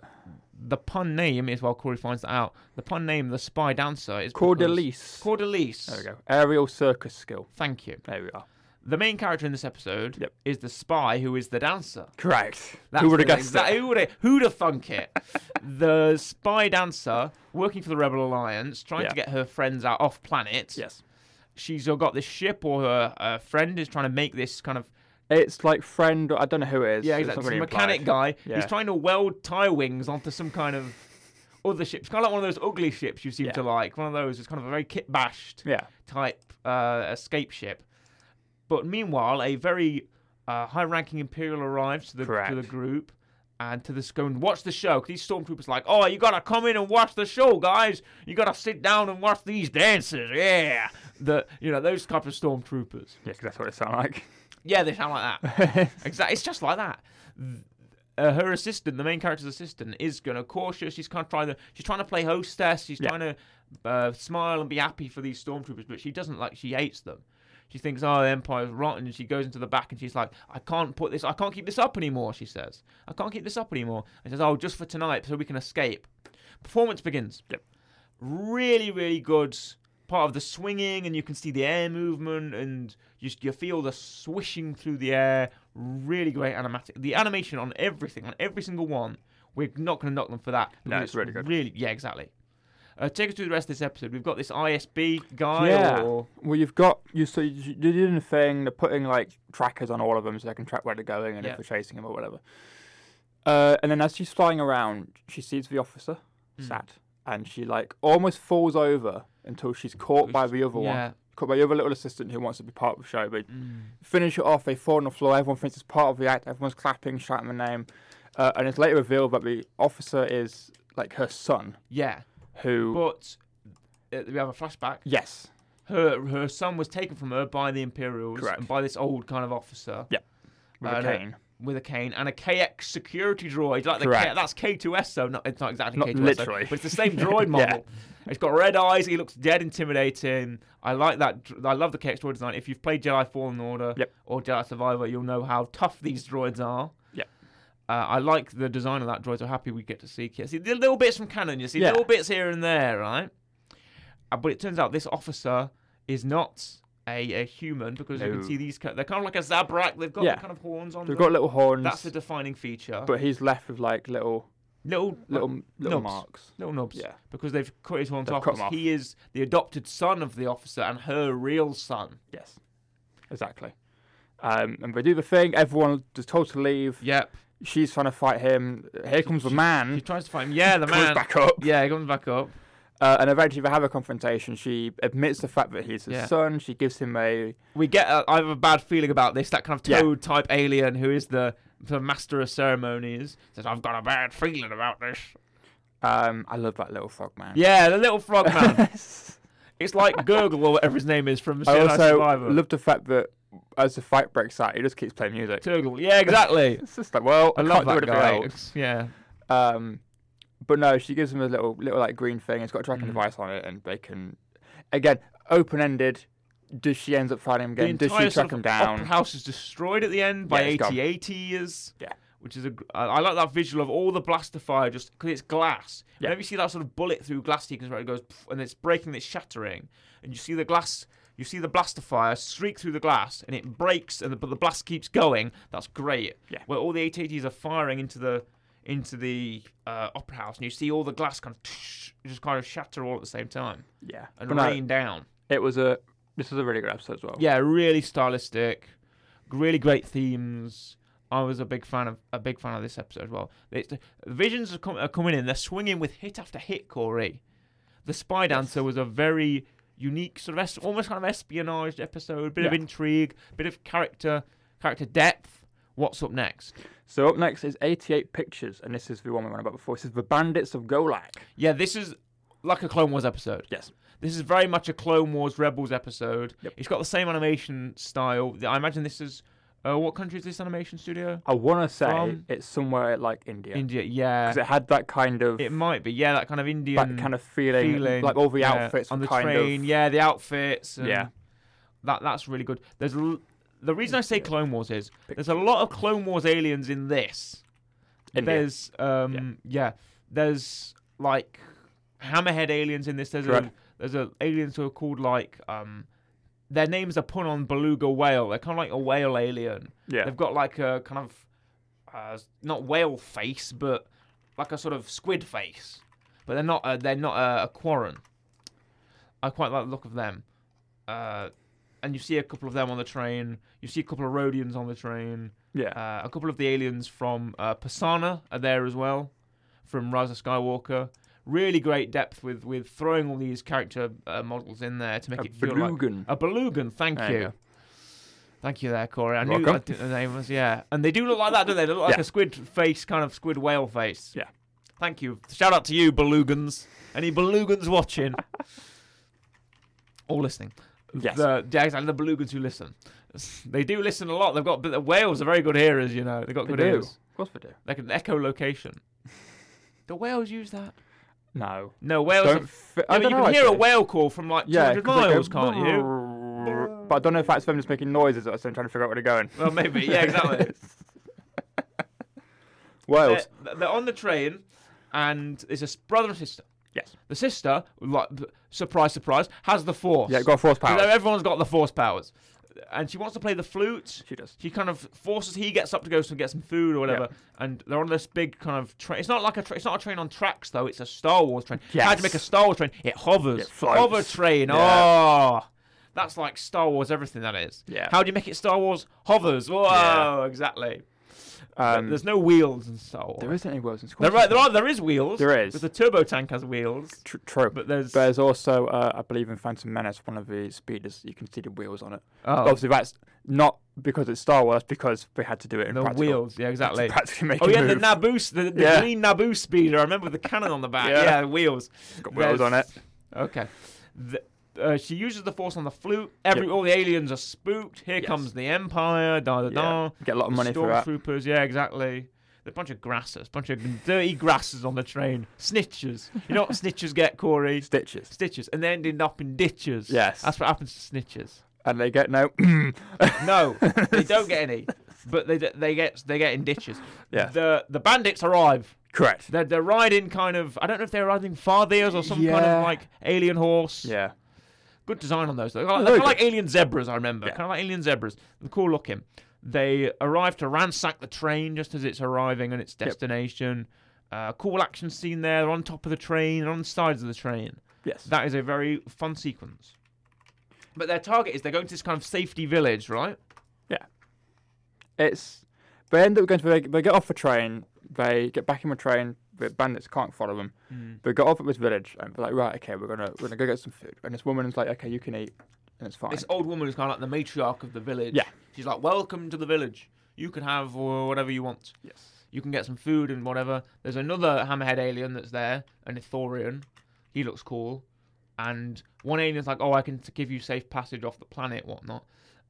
S1: the pun name is while Corey finds that out. The pun name, the spy dancer, is because-
S2: Cordelice.
S1: Cordelice.
S2: There we go. Aerial circus skill.
S1: Thank you.
S2: There we are.
S1: The main character in this episode
S2: Yep.
S1: is the spy who is the dancer.
S2: Correct.
S1: That's
S2: Who would
S1: the
S2: have guessed
S1: thing. That-
S2: that?
S1: Who would have, who'd have thunk it? the spy dancer working for the Rebel Alliance, trying
S2: Yeah.
S1: to get her friends out off planet.
S2: Yes.
S1: She's uh, got this ship, or her uh, friend is trying to make this kind of
S2: It's like friend. I don't know who it is.
S1: yeah,
S2: it's
S1: exactly.
S2: not really
S1: Some mechanic
S2: implied.
S1: guy.
S2: Yeah.
S1: He's trying to weld tie wings onto some kind of other ship. It's kind of like one of those ugly ships you seem
S2: Yeah.
S1: to like. One of those. It's kind of a very kit bashed
S2: Yeah.
S1: type uh, escape ship. But meanwhile, a very uh, high-ranking Imperial arrives to the
S2: Correct.
S1: to the group and to this go and watch the show. 'Cause these stormtroopers like, oh, you gotta come in and watch the show, guys. You gotta sit down and watch these dancers. Yeah, the you know those type of stormtroopers.
S2: Yes, that's what it sounds like.
S1: Yeah, they sound like that. exactly. It's just like that. Th- Uh, her assistant, the main character's assistant, is gonna cautious. She's kind of trying to. She's trying to play hostess. She's
S2: Yeah.
S1: trying to uh, smile and be happy for these stormtroopers, but she doesn't like. She hates them. She thinks, "Oh, the empire's rotten," and she goes into the back and she's like, "I can't put this. I can't keep this up anymore." She says, "I can't keep this up anymore." And says, "Oh, just for tonight, so we can escape." Performance begins.
S2: Yep.
S1: Really, really good part of the swinging, and you can see the air movement, and you, you feel the swishing through the air. Really great animatic. The animation on everything, on every single one. We're not going to knock them for that.
S2: No,
S1: because
S2: it's really good.
S1: Really, yeah, exactly. Uh, take us through the rest of this episode. We've got this ISB guy.
S2: Yeah.
S1: Or,
S2: Well, you've got you. So you you did a thing. They're putting like trackers on all of them so they can track where they're going and
S1: Yeah.
S2: if they're chasing them or whatever. Uh, and then as she's flying around, she sees the officer
S1: Hmm.
S2: sat, and she like almost falls over until she's caught by the other one,
S1: yeah.
S2: caught by the other little assistant who wants to be part of the show. But
S1: Mm.
S2: finish it off. They fall on the floor. Everyone thinks it's part of the act. Everyone's clapping, shouting the name, uh, and it's later revealed that the officer is like her son,
S1: Yeah.
S2: who
S1: But uh, we have a flashback.
S2: yes,
S1: Her her son was taken from her by the Imperials
S2: Correct.
S1: and by this old kind of officer
S2: with
S1: Uh, no,
S2: a cane.
S1: with a cane and a KX security droid. Like the K,
S2: Correct.
S1: that's K2S, though. Not, it's not exactly
S2: Not
S1: K2S.
S2: literally.
S1: But it's the same droid
S2: Yeah.
S1: model. It's got red eyes. He looks dead intimidating. I like that. dr- I love the KX droid design. If you've played Jedi Fallen Order
S2: Yep.
S1: or Jedi Survivor, you'll know how tough these droids are.
S2: Yep.
S1: Uh, I like the design of that droid. So happy we get to see it. See the little bits from canon. You see
S2: Yeah.
S1: little bits here and there, right? Uh, but it turns out this officer is not a, a human because you can
S2: No.
S1: see these. ki- They're kind of like a Zabrak. They've got
S2: Yeah.
S1: the kind of horns on
S2: They've
S1: them.
S2: got little horns.
S1: That's the defining feature.
S2: but he's left with like little
S1: little
S2: little little
S1: nubs.
S2: marks.
S1: little nubs.
S2: Yeah,
S1: Because they've cut his horns
S2: They've
S1: off.
S2: cut
S1: 'cause
S2: them off.
S1: He is the adopted son of the officer and her real son.
S2: yes, exactly. Um, and they do the thing. Everyone is told to leave.
S1: Yep.
S2: She's trying to fight him. Here comes the man.
S1: He tries to fight him. Yeah, the
S2: comes
S1: man.
S2: back up.
S1: Yeah, he comes back up.
S2: Uh, and eventually they have a confrontation. She admits the fact that he's his
S1: Yeah.
S2: son. She gives him a
S1: We get. A, I have a bad feeling about this. That kind of
S2: Yeah.
S1: toad type alien who is the the master of ceremonies says, "I've got a bad feeling about this."
S2: um. I love that little frog man.
S1: Yeah, the little frog man. it's like Gurgle or whatever his name is from
S2: I
S1: Jedi
S2: also
S1: Survivor.
S2: love the fact that as the fight breaks out, he just keeps playing music.
S1: Turgle. Yeah, exactly.
S2: It's just like, well, I,
S1: I love
S2: can't do
S1: that
S2: anything
S1: guy.
S2: else.
S1: Yeah.
S2: Um, but no, she gives him a little little like green thing. It's got a tracking
S1: Mm.
S2: device on it, and they can again open ended. Does she ends up fighting him
S1: the
S2: again?
S1: entire
S2: Does she
S1: sort of
S2: track him down?
S1: Opera house is destroyed at the end by
S2: Yeah, it's gone.
S1: 8080 is.
S2: Yeah.
S1: Which is a gr- I I like that visual of all the blaster fire just because it's glass.
S2: Yeah.
S1: Whenever you see that sort of bullet through glass, you can where it goes pff, and it's breaking, it's shattering, and you see the glass. You see the blaster fire streak through the glass, and it breaks, and the, but the blast keeps going. That's great.
S2: Yeah.
S1: Where all the 880s are firing into the into the uh, opera house, and you see all the glass kind of just kind of shatter all at the same time
S2: yeah,
S1: and
S2: but no,
S1: rain down.
S2: it was a. This was a really good episode as well.
S1: Yeah, really stylistic, really great themes. I was a big fan of a big fan of this episode as well. It's, the visions are, com- are coming in. They're swinging with hit after hit. Corey, the spy dancer was a very unique sort of es- almost kind of espionage episode. Bit of
S2: Yeah.
S1: intrigue, bit of character character depth. What's up next?
S2: So up next is 88 Pictures, and this is the one we went about before. This is the Bandits of Golak.
S1: Yeah, this is like a Clone Wars episode.
S2: Yes.
S1: This is very much a Clone Wars Rebels episode.
S2: Yep.
S1: It's got the same animation style. I imagine this is uh, what country is this animation studio?
S2: I want to say
S1: From-
S2: it's somewhere like India because
S1: India, yeah.
S2: it had that kind of
S1: It might be, yeah, that kind of Indian
S2: that kind of feeling,
S1: feeling,
S2: like all the
S1: yeah,
S2: outfits
S1: on
S2: were
S1: the
S2: kind
S1: train,
S2: of
S1: yeah, the outfits, and
S2: Yeah.
S1: that that's really good. There's l- the reason I say
S2: India.
S1: Clone Wars is there's a lot of Clone Wars aliens in this.
S2: India.
S1: There's um yeah. there's like hammerhead aliens in this. There's a
S2: Correct.
S1: there's a aliens who are called like um their name's a pun on beluga whale. They're kind of like a whale alien.
S2: Yeah.
S1: They've got like a kind of uh, not whale face, but like a sort of squid face. But they're not. A, they're not uh, a, a quarren. I quite like the look of them. Uh, and you see a couple of them on the train. You see a couple of Rhodians on the train.
S2: yeah.
S1: Uh, a couple of the aliens from uh, Persona are there as well, from Rise of Skywalker. Really great depth with with throwing all these character uh, models in there to make
S2: a
S1: it feel like uh,
S2: belugan.
S1: a belugan. Thank
S2: There
S1: you.
S2: you go.
S1: Thank you there, Corey. I knew
S2: Welcome.
S1: that the name was yeah. And they do look like that, don't they? They look like
S2: Yeah.
S1: a squid face, kind of squid whale face.
S2: Yeah.
S1: Thank you. Shout out to you, belugans. Any belugans watching? All listening.
S2: Yes.
S1: The Jags and the belugans who listen. They do listen a lot. They've got but the whales are very good hearers, you know. They've got
S2: They
S1: good
S2: do.
S1: ears.
S2: Of course they do.
S1: They can echolocation. Do whales use that?
S2: No.
S1: No, whales.
S2: Don't
S1: are-
S2: fi-
S1: Yeah,
S2: I
S1: but
S2: don't
S1: you
S2: know,
S1: can hear a
S2: actually.
S1: whale call from like 200
S2: 'cause they
S1: miles,
S2: go
S1: can't you?
S2: brrrr. But I don't know if that's them just making noises or them trying to figure out where they're going.
S1: Well, maybe. Yeah, exactly.
S2: Wales.
S1: they're, they're on the train, and it's a s- brother and sister.
S2: Yes.
S1: The sister, like, b- surprise, surprise, has the force.
S2: Yeah, got force
S1: So
S2: power.
S1: everyone's got the force powers, and she wants to play the flute.
S2: She does.
S1: She kind of forces he gets up to go and get some food or whatever, and they're on this big kind of train. It's not like a tra- it's not a train on tracks though. It's a Star Wars train. How'd you
S2: Yes.
S1: make a Star Wars train? It hovers.
S2: It floats.
S1: Hover train. Oh, that's like Star Wars. Everything that is.
S2: Yeah.
S1: How do you make it Star Wars? Hovers. Whoa,
S2: Yeah.
S1: exactly. Uh,
S2: Um,
S1: There's no wheels in Star Wars.
S2: there isn't any Wales in school.
S1: There are, there are there is wheels.
S2: There is.
S1: There's a turbo tank has wheels,
S2: Tr- true. But
S1: but there's
S2: there's also, uh, I believe, in Phantom Menace, one of the speeders, you can see the wheels on it.
S1: oh,
S2: Obviously, that's not because it's Star Wars, because we had to do it in
S1: the
S2: practical.
S1: wheels. Yeah, exactly.
S2: To practically make
S1: Oh
S2: it
S1: yeah, the
S2: move.
S1: Naboo, s- the, the
S2: Yeah.
S1: green Naboo speeder. I remember with the cannon on the back.
S2: Yeah.
S1: yeah wheels.
S2: got wheels on it.
S1: There's- Okay. The- uh, she uses the force on the flute. Every
S2: Yep.
S1: all the aliens are spooked. Here
S2: Yes.
S1: comes the Empire. Da da da.
S2: Yeah. Get a lot of
S1: The
S2: money for that.
S1: Stormtroopers. Yeah, exactly. They're a bunch of grasses, bunch of dirty grasses on the train. Snitches. You know what snitches get, Corey?
S2: Stitches.
S1: Stitches, and they ended up in ditches.
S2: Yes.
S1: that's what happens to snitches.
S2: And they get no.
S1: No, they don't get any, but they they get they get in ditches.
S2: Yeah.
S1: The the bandits arrive.
S2: Correct.
S1: They're, they're riding kind of I don't know if they're riding farthiers or some kind
S2: Yeah.
S1: of like alien horse.
S2: Yeah.
S1: Good design on those. They're kind of,
S2: Very
S1: they're kind of like alien zebras. I remember.
S2: Yeah.
S1: Kind of like alien zebras. They're cool looking. They arrive to ransack the train just as it's arriving and its
S2: Yep.
S1: destination. Uh, cool action scene there. They're on top of the train. They're on the sides of the train.
S2: Yes.
S1: That is a very fun sequence. But their target is they're going to this kind of safety village, right?
S2: It's they end up going to they, they get off a train, they get back in the train, the bandits can't follow them.
S1: Mm.
S2: They got off at this village and they're like, right, okay, we're gonna we're gonna go get some food. And this woman's like, okay, you can eat, and it's fine.
S1: This old woman who's kind of like the matriarch of the village.
S2: Yeah.
S1: She's like, Welcome to the village. You can have uh, whatever you want.
S2: yes.
S1: You can get some food and whatever. There's another hammerhead alien that's there, an Ithorian. He looks cool. And one alien's like, Oh, I can t- give you safe passage off the planet, whatnot.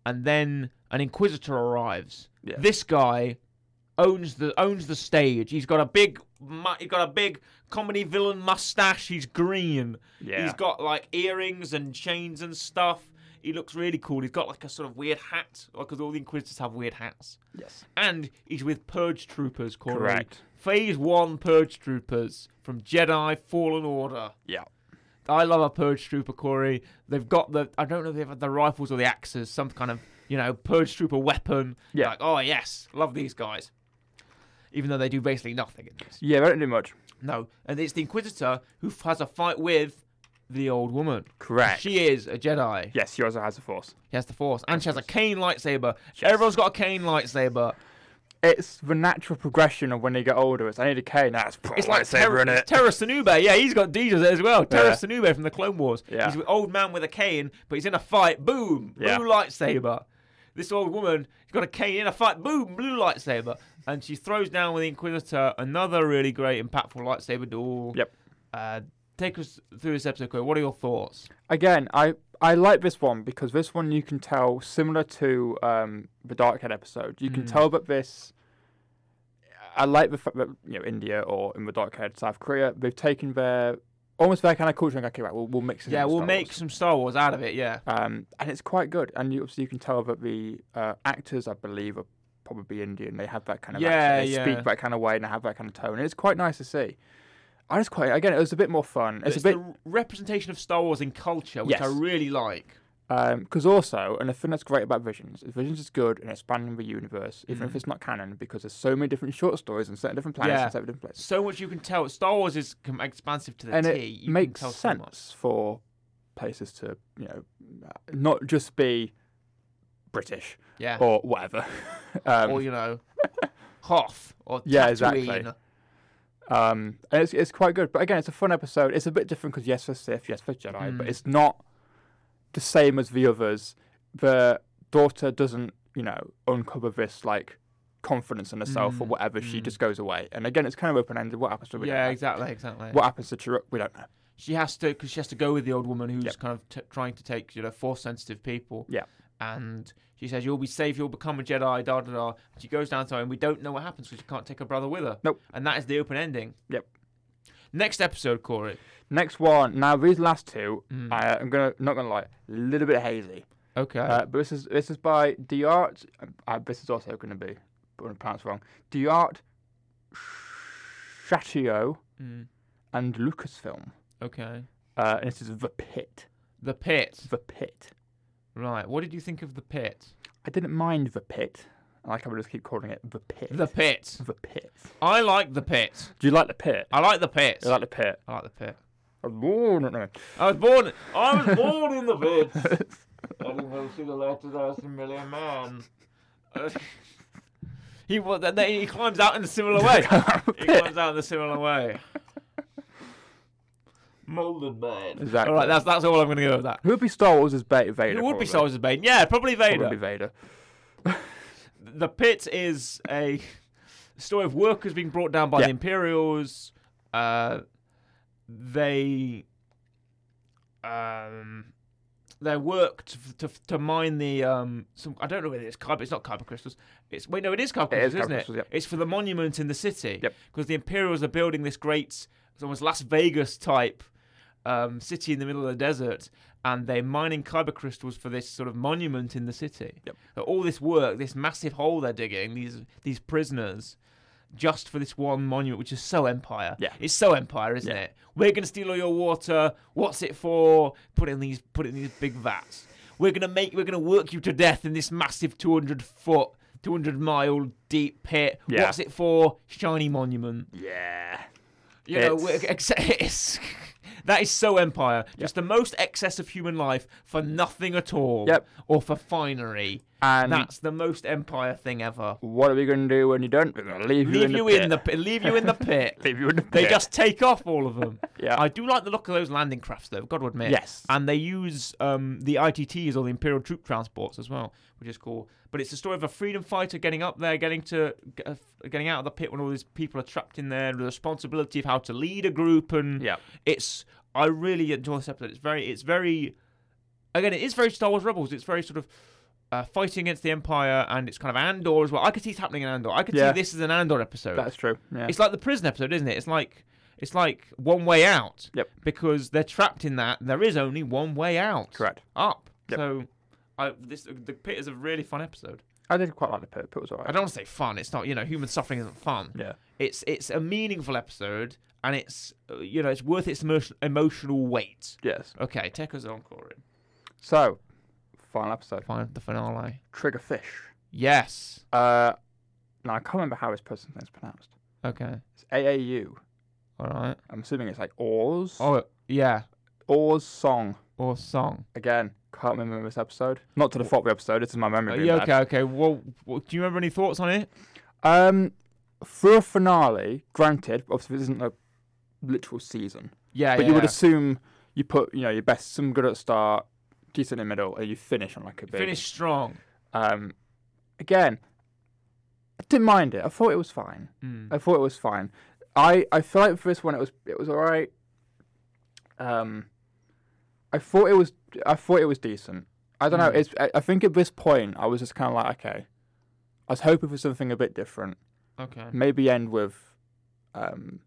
S1: And then an inquisitor arrives.
S2: Yeah.
S1: This guy owns the owns the stage. He's got a big mu- he's got a big comedy villain mustache. He's green.
S2: Yeah.
S1: He's got like earrings and chains and stuff. He looks really cool. He's got like a sort of weird hat, because all the Inquisitors have weird hats.
S2: yes.
S1: And he's with Purge Troopers, Corey.
S2: Correct.
S1: Phase 1 Purge Troopers from Jedi Fallen Order.
S2: Yeah.
S1: I love a Purge Trooper, Corey. They've got the, I don't know if they've had the rifles or the axes, some kind of, you know, Purge Trooper weapon.
S2: Yeah.
S1: Like, oh, yes, love these guys. Even though they do basically nothing in this.
S2: Yeah. They don't do much.
S1: No. And it's the Inquisitor who f- has a fight with the old woman.
S2: Correct.
S1: She is a Jedi.
S2: yes. She also has a force.
S1: She has the Force, and she has a cane lightsaber. Everyone's got a cane lightsaber.
S2: It's the natural progression of when they get older. It's I need a cane. That's
S1: It's
S2: it's
S1: like
S2: lightsaber
S1: Terra,
S2: in it.
S1: Terra Sanube. Yeah, he's got Deja there as well. Terra
S2: Yeah.
S1: Sanube from the Clone Wars.
S2: Yeah.
S1: He's an old man with a cane, but he's in a fight. Boom, blue
S2: Yeah.
S1: lightsaber. This old woman, she's got a cane in a fight. Boom, blue lightsaber. And she throws down with the Inquisitor another really great, impactful lightsaber duel.
S2: Yep.
S1: Uh, take us through this episode, Corey. What are your thoughts?
S2: Again, I I like this one because this one you can tell similar to um, the Darkhead episode. You
S1: Mm.
S2: can tell that this. I like the fact that you know India or in the Darkhead South Korea they've taken their almost their kind of culture and go, okay right we'll, we'll mix it.
S1: Yeah,
S2: in with
S1: we'll
S2: Star
S1: make
S2: Wars."
S1: some Star Wars out of it. Yeah.
S2: Um, and it's quite good, and you, obviously you can tell that the uh, actors I believe are probably Indian. They have that kind of
S1: Yeah,
S2: accent. They
S1: yeah.
S2: speak that kind of way and they have that kind of tone. It's quite nice to see. I just quite again it was a bit more fun. It's, a bit
S1: the representation of Star Wars in culture, which I
S2: Yes.
S1: really like.
S2: Because Um, also, and the thing that's great about Visions is Visions is good in expanding the universe, even if it's not canon, because there's so many different short stories and set in different planets
S1: Mm. Yeah.
S2: and set in different places.
S1: So much you can tell. Star Wars is com- expansive to the
S2: and
S1: T.
S2: it
S1: you can
S2: makes
S1: tell so much.
S2: sense for places to, you know, not just be British
S1: Yeah. Or,
S2: or whatever. um,
S1: you know, Hoth or
S2: Yeah,
S1: Tatooine.
S2: exactly. Um, and it's, it's quite good. But again, it's a fun episode. It's a bit different because yes, for Sith, yes, for Jedi, but
S1: Mm.
S2: it's not the same as the others. The daughter doesn't, you know, uncover this like confidence in herself or
S1: Mm,
S2: whatever. She
S1: mm.
S2: just goes away. And again, it's kind of open ended. What happens to her? we don't
S1: Yeah,
S2: know.
S1: exactly, exactly.
S2: What happens to Chirrut? We don't know.
S1: She has to because she has to go with the old woman who's
S2: Yep.
S1: kind of t- trying to take you know force sensitive people.
S2: Yeah.
S1: And she says you'll be safe, you'll become a Jedi. Da da da. And she goes down to her, and we don't know what happens because she can't take her brother with her.
S2: Nope.
S1: And that is the open ending.
S2: Yep.
S1: Next episode, Corey.
S2: Next one. Now these last two,
S1: Mm.
S2: I, I'm gonna not gonna lie, a little bit hazy.
S1: Okay.
S2: Uh, but this is this is by Diart. Uh, this is also going to be I'm gonna pronounce wrong. Diart Shatio
S1: Mm,
S2: and Lucasfilm.
S1: okay.
S2: Uh, and this is the pit.
S1: The pit.
S2: The pit.
S1: Right. What did you think of the pit?
S2: I didn't mind the pit. I like how we just keep calling it the pit.
S1: The pit.
S2: the pit.
S1: I like the pit.
S2: Do you like the pit?
S1: I like the pit.
S2: I like the pit.
S1: I like the pit.
S2: Oh, no, no, no.
S1: I was born. I was born in the pit. I will see the light of the million man. Uh, he wa- then they- he climbs out in a similar way. He climbs out in a similar way. Molded man.
S2: Exactly.
S1: All right, that's that's all I'm going to go with that.
S2: Who would be Star Wars as Vader?
S1: It would
S2: Vader
S1: be
S2: probably.
S1: Star Wars as Bane. Yeah, probably Vader.
S2: Probably Vader.
S1: The pit is a story of workers being brought down by
S2: Yeah.
S1: the Imperials. Uh, they um, they worked f- to to mine the um. Some, I don't know whether it's carbon. It's not carbon crystals. It's wait, no, it is carbon
S2: It is
S1: crystals,
S2: carbon
S1: not
S2: crystals,
S1: it? It's for the monument in the city.
S2: Yep.
S1: Because the Imperials are building this great, it's almost Las Vegas type um, city in the middle of the desert, and they're mining carbon crystals for this sort of monument in the city.
S2: Yep.
S1: So all this work, this massive hole they're digging, these these prisoners, just for this one monument, which is so empire.
S2: Yeah.
S1: It's so empire, isn't
S2: Yeah.
S1: it? We're gonna steal all your water. What's it for? Put it in these put it in these big vats. We're gonna make we're gonna work you to death in this massive two hundred foot, two hundred mile deep pit.
S2: Yeah.
S1: What's it for? Shiny monument.
S2: Yeah.
S1: You know,
S2: It's-
S1: we're- ex- it's, that is so empire. Just the most excess of human life for nothing at all.
S2: Yep.
S1: Or for finery.
S2: And
S1: That's the most empire thing ever.
S2: what are we going to do when you don't? We're going to leave,
S1: Leave you in
S2: pit.
S1: the pit. Leave you in the pit.
S2: Leave you in the
S1: They
S2: pit.
S1: just take off all of them.
S2: Yeah.
S1: I do like the look of those landing crafts, though. God would admit.
S2: Yes.
S1: And they use um, the ITTs or the Imperial troop transports as well, which is cool. But it's the story of a freedom fighter getting up there, getting to get- uh, getting out of the pit when all these people are trapped in there, and the responsibility of how to lead a group, and
S2: Yeah.
S1: it's. I really enjoy this episode. It's very. It's very. Again, it is very Star Wars Rebels. It's very sort of. Uh, fighting against the Empire, and it's kind of Andor as well. I could see it happening in Andor. I could
S2: Yeah.
S1: see this as an Andor episode.
S2: That's true. Yeah.
S1: It's like the prison episode, isn't it? It's like it's like one way out.
S2: Yep.
S1: Because they're trapped in that. There is only one way out.
S2: Correct.
S1: Up.
S2: Yep.
S1: So, I, this the pit is a really fun episode.
S2: I did quite like the pit. It was
S1: I
S2: alright.
S1: don't want to say fun. It's not you know human suffering isn't fun.
S2: Yeah.
S1: It's it's a meaningful episode and it's uh, you know it's worth its emotion, emotional weight.
S2: Yes.
S1: Okay, take us on, Corey.
S2: So, final episode.
S1: Find the finale.
S2: Trigger fish.
S1: Yes.
S2: Uh, now I can't remember how this person's name's pronounced.
S1: Okay.
S2: It's AAU.
S1: All right.
S2: I'm assuming it's like Oars.
S1: Oh yeah.
S2: Oars song.
S1: Or song.
S2: Again, can't remember this episode. Not to the fault of the episode. This is my memory.
S1: Uh,
S2: being
S1: yeah.
S2: bad.
S1: Okay. Okay. Well, what, do you remember any thoughts on it?
S2: Um, for a finale, granted, obviously this isn't a literal season,
S1: Yeah.
S2: but
S1: yeah,
S2: you would
S1: yeah.
S2: assume you put you know your best, some good at the start, decent in the middle, and you finish on like a big.
S1: finish strong.
S2: Um, again, I didn't mind it. I thought it was fine.
S1: Mm.
S2: I thought it was fine. I, I feel like for this one it was it was alright. Um, I thought it was I thought it was decent. I don't know.
S1: Mm.
S2: It's I, I think at this point I was just kind of like okay, I was hoping for something a bit different.
S1: Okay.
S2: Maybe end with um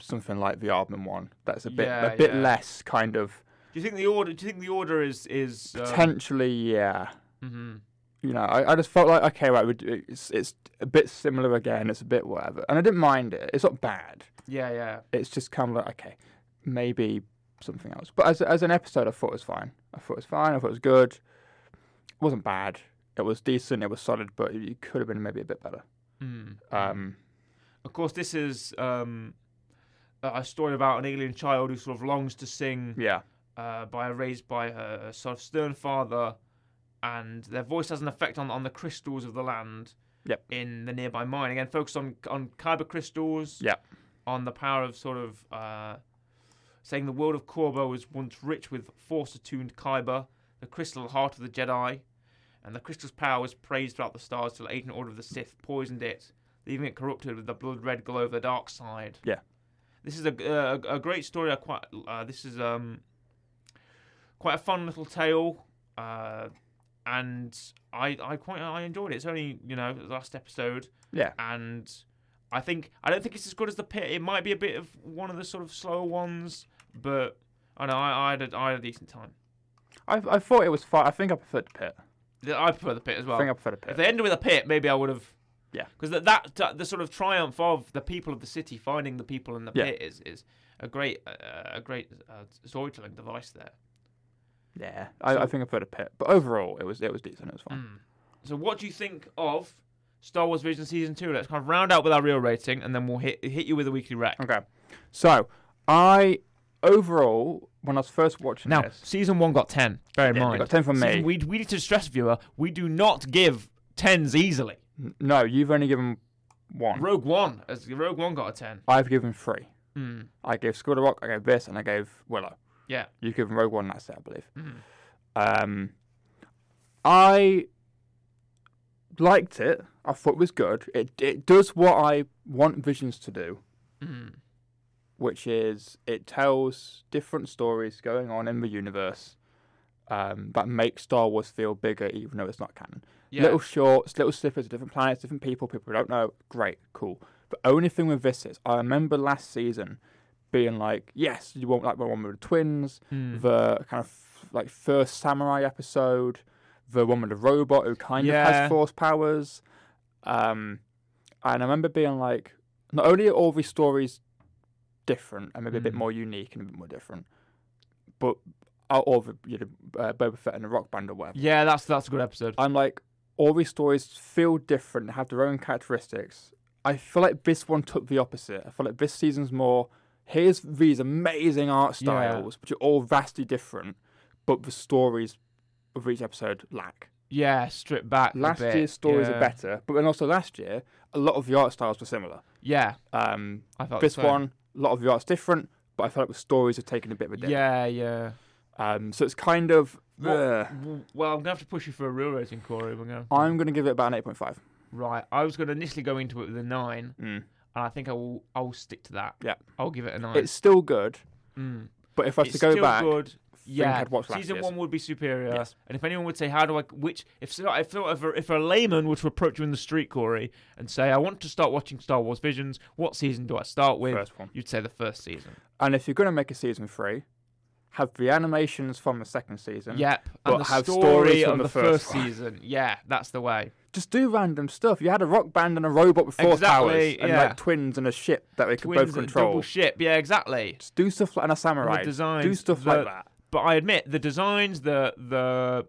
S2: something like the Armin one. That's a bit
S1: Yeah,
S2: a bit
S1: yeah.
S2: less kind of
S1: Do you think the order? Do you think the order is is? Um,
S2: potentially yeah.
S1: mhm.
S2: you know, I, I just felt like okay, right, we d- it's it's a bit similar again. It's a bit whatever, and I didn't mind it. It's not bad.
S1: Yeah, yeah.
S2: It's just kind of like okay, maybe something else. But as as an episode, I thought it was fine. I thought it was fine. I thought it was good. It wasn't bad. It was decent. It was solid, but it could have been maybe a bit better.
S1: Mm.
S2: Um,
S1: Of course, this is um, a a story about an alien child who sort of longs to sing
S2: yeah,
S1: uh, by raised by her sort of stern father, and their voice has an effect on on the crystals of the land.
S2: Yep.
S1: In the nearby mine again, focus on on kyber crystals.
S2: Yep.
S1: On the power of sort of uh, saying the world of Korba was once rich with force-attuned kyber, the crystal heart of the Jedi, and the crystal's power was praised throughout the stars till Ancient Order of the Sith poisoned it, leaving it corrupted with the blood-red glow of the dark side.
S2: Yeah.
S1: This is a a, a great story. I quite uh, this is um quite a fun little tale, uh, and I I quite I enjoyed it. It's only you know the last episode,
S2: yeah.
S1: and I think I don't think it's as good as the pit. It might be a bit of one of the sort of slower ones, but I know I, I had a, I had a decent time.
S2: I I thought it was fine. I think I preferred the pit.
S1: The- I prefer the pit as well.
S2: I think I preferred
S1: if
S2: the pit.
S1: they ended with a pit, maybe I would have.
S2: Yeah.
S1: because that, that that- the sort of triumph of the people of the city finding the people in the
S2: Yeah.
S1: pit is is a great uh, a great uh, storytelling device there.
S2: Yeah, I, I think I preferred the pit. But overall, it was it was decent. It was fine.
S1: Mm. So, what do you think of Star Wars Vision Season Two? Let's kind of round out with our real rating, and then we'll hit hit you with a weekly rec.
S2: Okay, so I overall when I was first watching
S1: Now,
S2: this,
S1: season one got ten. Bear in
S2: Yeah, it
S1: mind,
S2: got 10 from me.
S1: Season- We we need to stress, viewer, we do not give tens easily.
S2: n- no, you've only given one.
S1: Rogue One, as Rogue One got a ten.
S2: I've given three.
S1: Mm.
S2: I gave School of Rock, I gave this, and I gave Willow.
S1: Yeah.
S2: You've given Rogue One, that's it, I believe.
S1: Mm.
S2: Um, I liked it. I thought it was good. It it does what I want Visions to do,
S1: Mm.
S2: which is it tells different stories going on in the universe um, that make Star Wars feel bigger, even though it's not canon.
S1: Yeah.
S2: Little shorts, little snippets of different planets, different people, people we don't know. Great, cool. The only thing with this is, I remember last season being like, yes, you want like the one with the twins,
S1: Mm.
S2: the kind of like first samurai episode, the one with the robot who kind of
S1: Yeah.
S2: has force powers. Um, and I remember being like, not only are all these stories different and maybe a bit
S1: Mm.
S2: more unique and a bit more different, but are all the you know, uh, Boba Fett and the Rock Band or whatever.
S1: yeah, that's that's a good episode.
S2: I'm like, all these stories feel different, have their own characteristics. I feel like this one took the opposite. I feel like this season's more here's these amazing art
S1: Yeah.
S2: styles, which are all vastly different, but the stories of each episode lack.
S1: yeah, strip back. a
S2: Last
S1: bit.
S2: year's stories
S1: Yeah.
S2: are better, but then also last year, a lot of the art styles were similar.
S1: Yeah,
S2: Um,
S1: I thought
S2: this
S1: so.
S2: one, a lot of the art's different, but I feel like the stories have taken a bit of a dip.
S1: Yeah, yeah.
S2: Um, so it's kind of.
S1: What-
S2: Ugh.
S1: W- Well, I'm gonna have to push you for a real rating, Corey. We're gonna.
S2: I'm going to give it about an 8.5.
S1: Right, I was gonna initially go into it with a nine,
S2: Mm.
S1: and I think I will I will stick to that.
S2: Yeah.
S1: I'll give it a nine.
S2: It's still good,
S1: Mm. but
S2: but if I was to go
S1: still
S2: back.
S1: good. Yeah,
S2: I'd watch last
S1: season
S2: year's.
S1: one would be superior.
S2: Yes.
S1: And if anyone would say, "How do I?" Which if so, if so, if, a, if a layman were to approach you in the street, Corey, and say, "I want to start watching Star Wars Visions. What season do I start with?"
S2: First one.
S1: You'd say the first season.
S2: And if you're going to make a season three, have the animations from the second season.
S1: Yep.
S2: But
S1: and the
S2: have
S1: story
S2: stories
S1: of
S2: from
S1: the,
S2: the
S1: first,
S2: first one.
S1: season. Yeah, that's the way.
S2: Just do random stuff. You had a rock band and a robot with force
S1: Exactly,
S2: powers and
S1: yeah.
S2: like twins and a ship that we could
S1: Twins,
S2: both
S1: that double
S2: control.
S1: ship. Yeah, exactly.
S2: Just do stuff like and a
S1: And
S2: samurai.
S1: The designs,
S2: do stuff
S1: the-
S2: like that.
S1: But I admit the designs, the the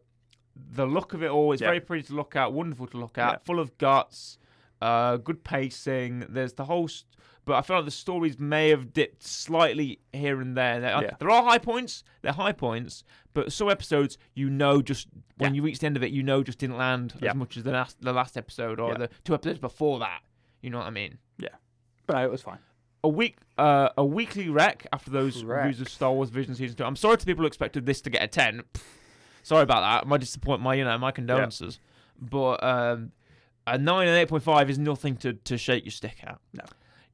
S1: the look of it all is
S2: Yeah.
S1: very pretty to look at, wonderful to look at,
S2: Yeah.
S1: full of guts, uh, good pacing. There's the whole, st- but I feel like the stories may have dipped slightly here and there. There are,
S2: Yeah.
S1: there are high points, they're high points, but some episodes you know just when
S2: Yeah.
S1: you reach the end of it, you know just didn't land
S2: Yeah.
S1: as much as the last the last episode or
S2: Yeah.
S1: the two episodes before that. You know what I mean?
S2: But no, it was fine.
S1: a week uh, a weekly rec after those
S2: Correct.
S1: reviews of Star Wars Vision season two. I'm sorry to people who expected this to get a ten. Pfft. Sorry about that. My disappoint my you know my condolences, but um, a nine and eight point five is nothing to to shake your stick at.
S2: No.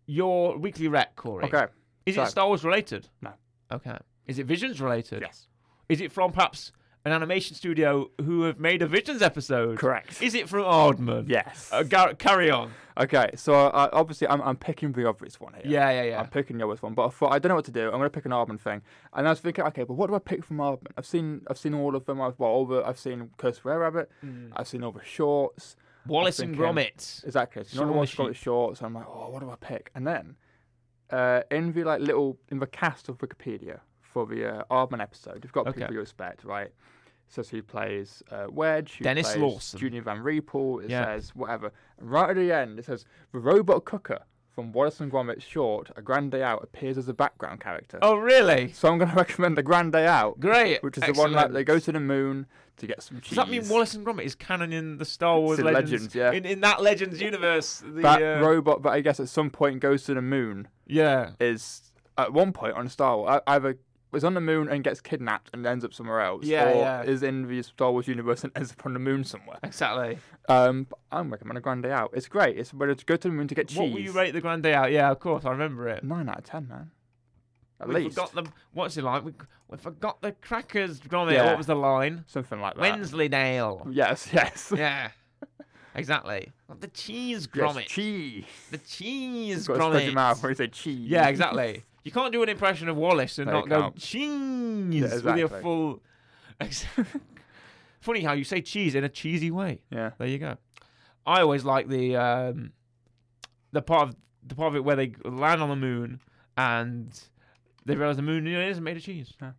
S1: Your weekly rec, Corey.
S2: Okay.
S1: Is it
S2: so-
S1: Star Wars related?
S2: No.
S1: Okay. Is it Visions related?
S2: Yes.
S1: Is it from perhaps an animation studio who have made a Visions episode?
S2: Correct.
S1: Is it from Aardman?
S2: Yes.
S1: Uh, Garrett, carry on.
S2: Okay. So I obviously I'm, I'm picking the obvious one here.
S1: Yeah, yeah, yeah.
S2: I'm picking the obvious one, but I thought I don't know what to do. I'm gonna pick an Armin thing, and I was thinking, okay, but what do I pick from Armin? I've seen I've seen all of them. I've well, all the, I've seen Curse of Were Rabbit.
S1: Mm.
S2: I've seen all the shorts.
S1: Wallace and
S2: thinking-
S1: Gromit.
S2: Exactly. So
S1: Shaun
S2: no
S1: the
S2: one wants to go with shorts. I'm like, oh, what do I pick? And then uh, in the like little in the cast of Wikipedia for the uh, Arman episode. We've got
S1: Okay.
S2: people you respect, right? So, so he plays uh, Wedge, who
S1: Dennis
S2: plays
S1: Lawson.
S2: Junior Van Riepel. It
S1: Yeah.
S2: says whatever. And right at the end, it says the robot cooker from Wallace and Gromit's short A Grand Day Out appears as a background character.
S1: Oh, really?
S2: So I'm going to recommend The Grand Day Out,
S1: Great.
S2: which is the one that
S1: Excellent.
S2: they go to the moon to get some cheese.
S1: Does that mean Wallace and Gromit is canon in the Star Wars
S2: in
S1: Legends?
S2: Legends, yeah.
S1: In, in that Legends universe, the
S2: That
S1: uh,
S2: robot that I guess at some point goes to the moon
S1: yeah,
S2: is at one point on Star Wars ei- either is on the moon and gets kidnapped and ends up somewhere else,
S1: Yeah,
S2: or
S1: yeah.
S2: is in the Star Wars universe and ends up on the moon somewhere.
S1: exactly.
S2: Um, but I'm recommending Grand Day Out. It's great. It's where to go to the moon to get cheese.
S1: What will you rate the Grand Day Out? Yeah, of course, I remember it.
S2: Nine out of ten, man. At
S1: we
S2: least
S1: forgot the what's it like? We, we forgot the crackers, Gromit.
S2: Yeah.
S1: What was the line?
S2: something like that.
S1: Wensleydale.
S2: Yes, yes.
S1: yeah, exactly. The cheese
S2: Yes,
S1: Gromit.
S2: cheese.
S1: the cheese
S2: Got to spread your
S1: Gromit.
S2: mouth where you say cheese.
S1: Yeah, exactly. You can't do an impression of Wallace and
S2: No, you
S1: not go
S2: can't.
S1: cheese
S2: Yeah,
S1: with your
S2: exactly.
S1: full. Funny how you say cheese in a cheesy way.
S2: yeah.
S1: There you go. I always like the um, the part of the part of it where they land on the moon and they realize the moon you know, it isn't made of cheese.
S2: Yeah.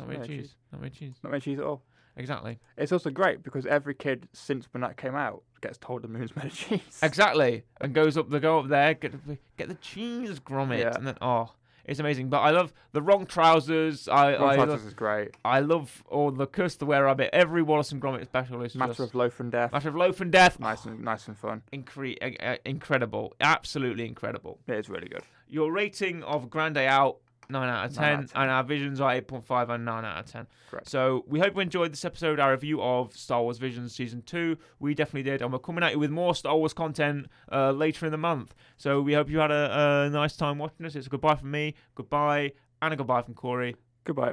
S1: Not made
S2: made
S1: of
S2: of
S1: cheese. Not made of cheese.
S2: Not made cheese at all.
S1: Exactly.
S2: It's also great because every kid since when that came out gets told the moon's made of cheese.
S1: Exactly. And goes up. They go up there. Get get the cheese grommet.
S2: Yeah.
S1: And then oh, it's amazing. But I love the wrong trousers. I
S2: Ron
S1: I,
S2: Francis
S1: Love,
S2: is great.
S1: I love all the curse the wearer bit. Every Wallace and Gromit special is
S2: Matter
S1: just
S2: of Loaf and Death.
S1: matter of loaf and death.
S2: Nice and nice and fun.
S1: Incre- uh, uh, incredible. Absolutely incredible.
S2: It is really good.
S1: Your rating of Grande Out, 9 out of 10,
S2: Nine out of 10.
S1: and our visions are 8.5 and 9 out of 10.
S2: Correct.
S1: So we hope you enjoyed this episode, our review of Star Wars Visions Season 2. We definitely did, and we're coming at you with more Star Wars content uh, later in the month. So we hope you had a, a nice time watching us. It's a goodbye from me, goodbye, and a goodbye from Corey.
S2: Goodbye.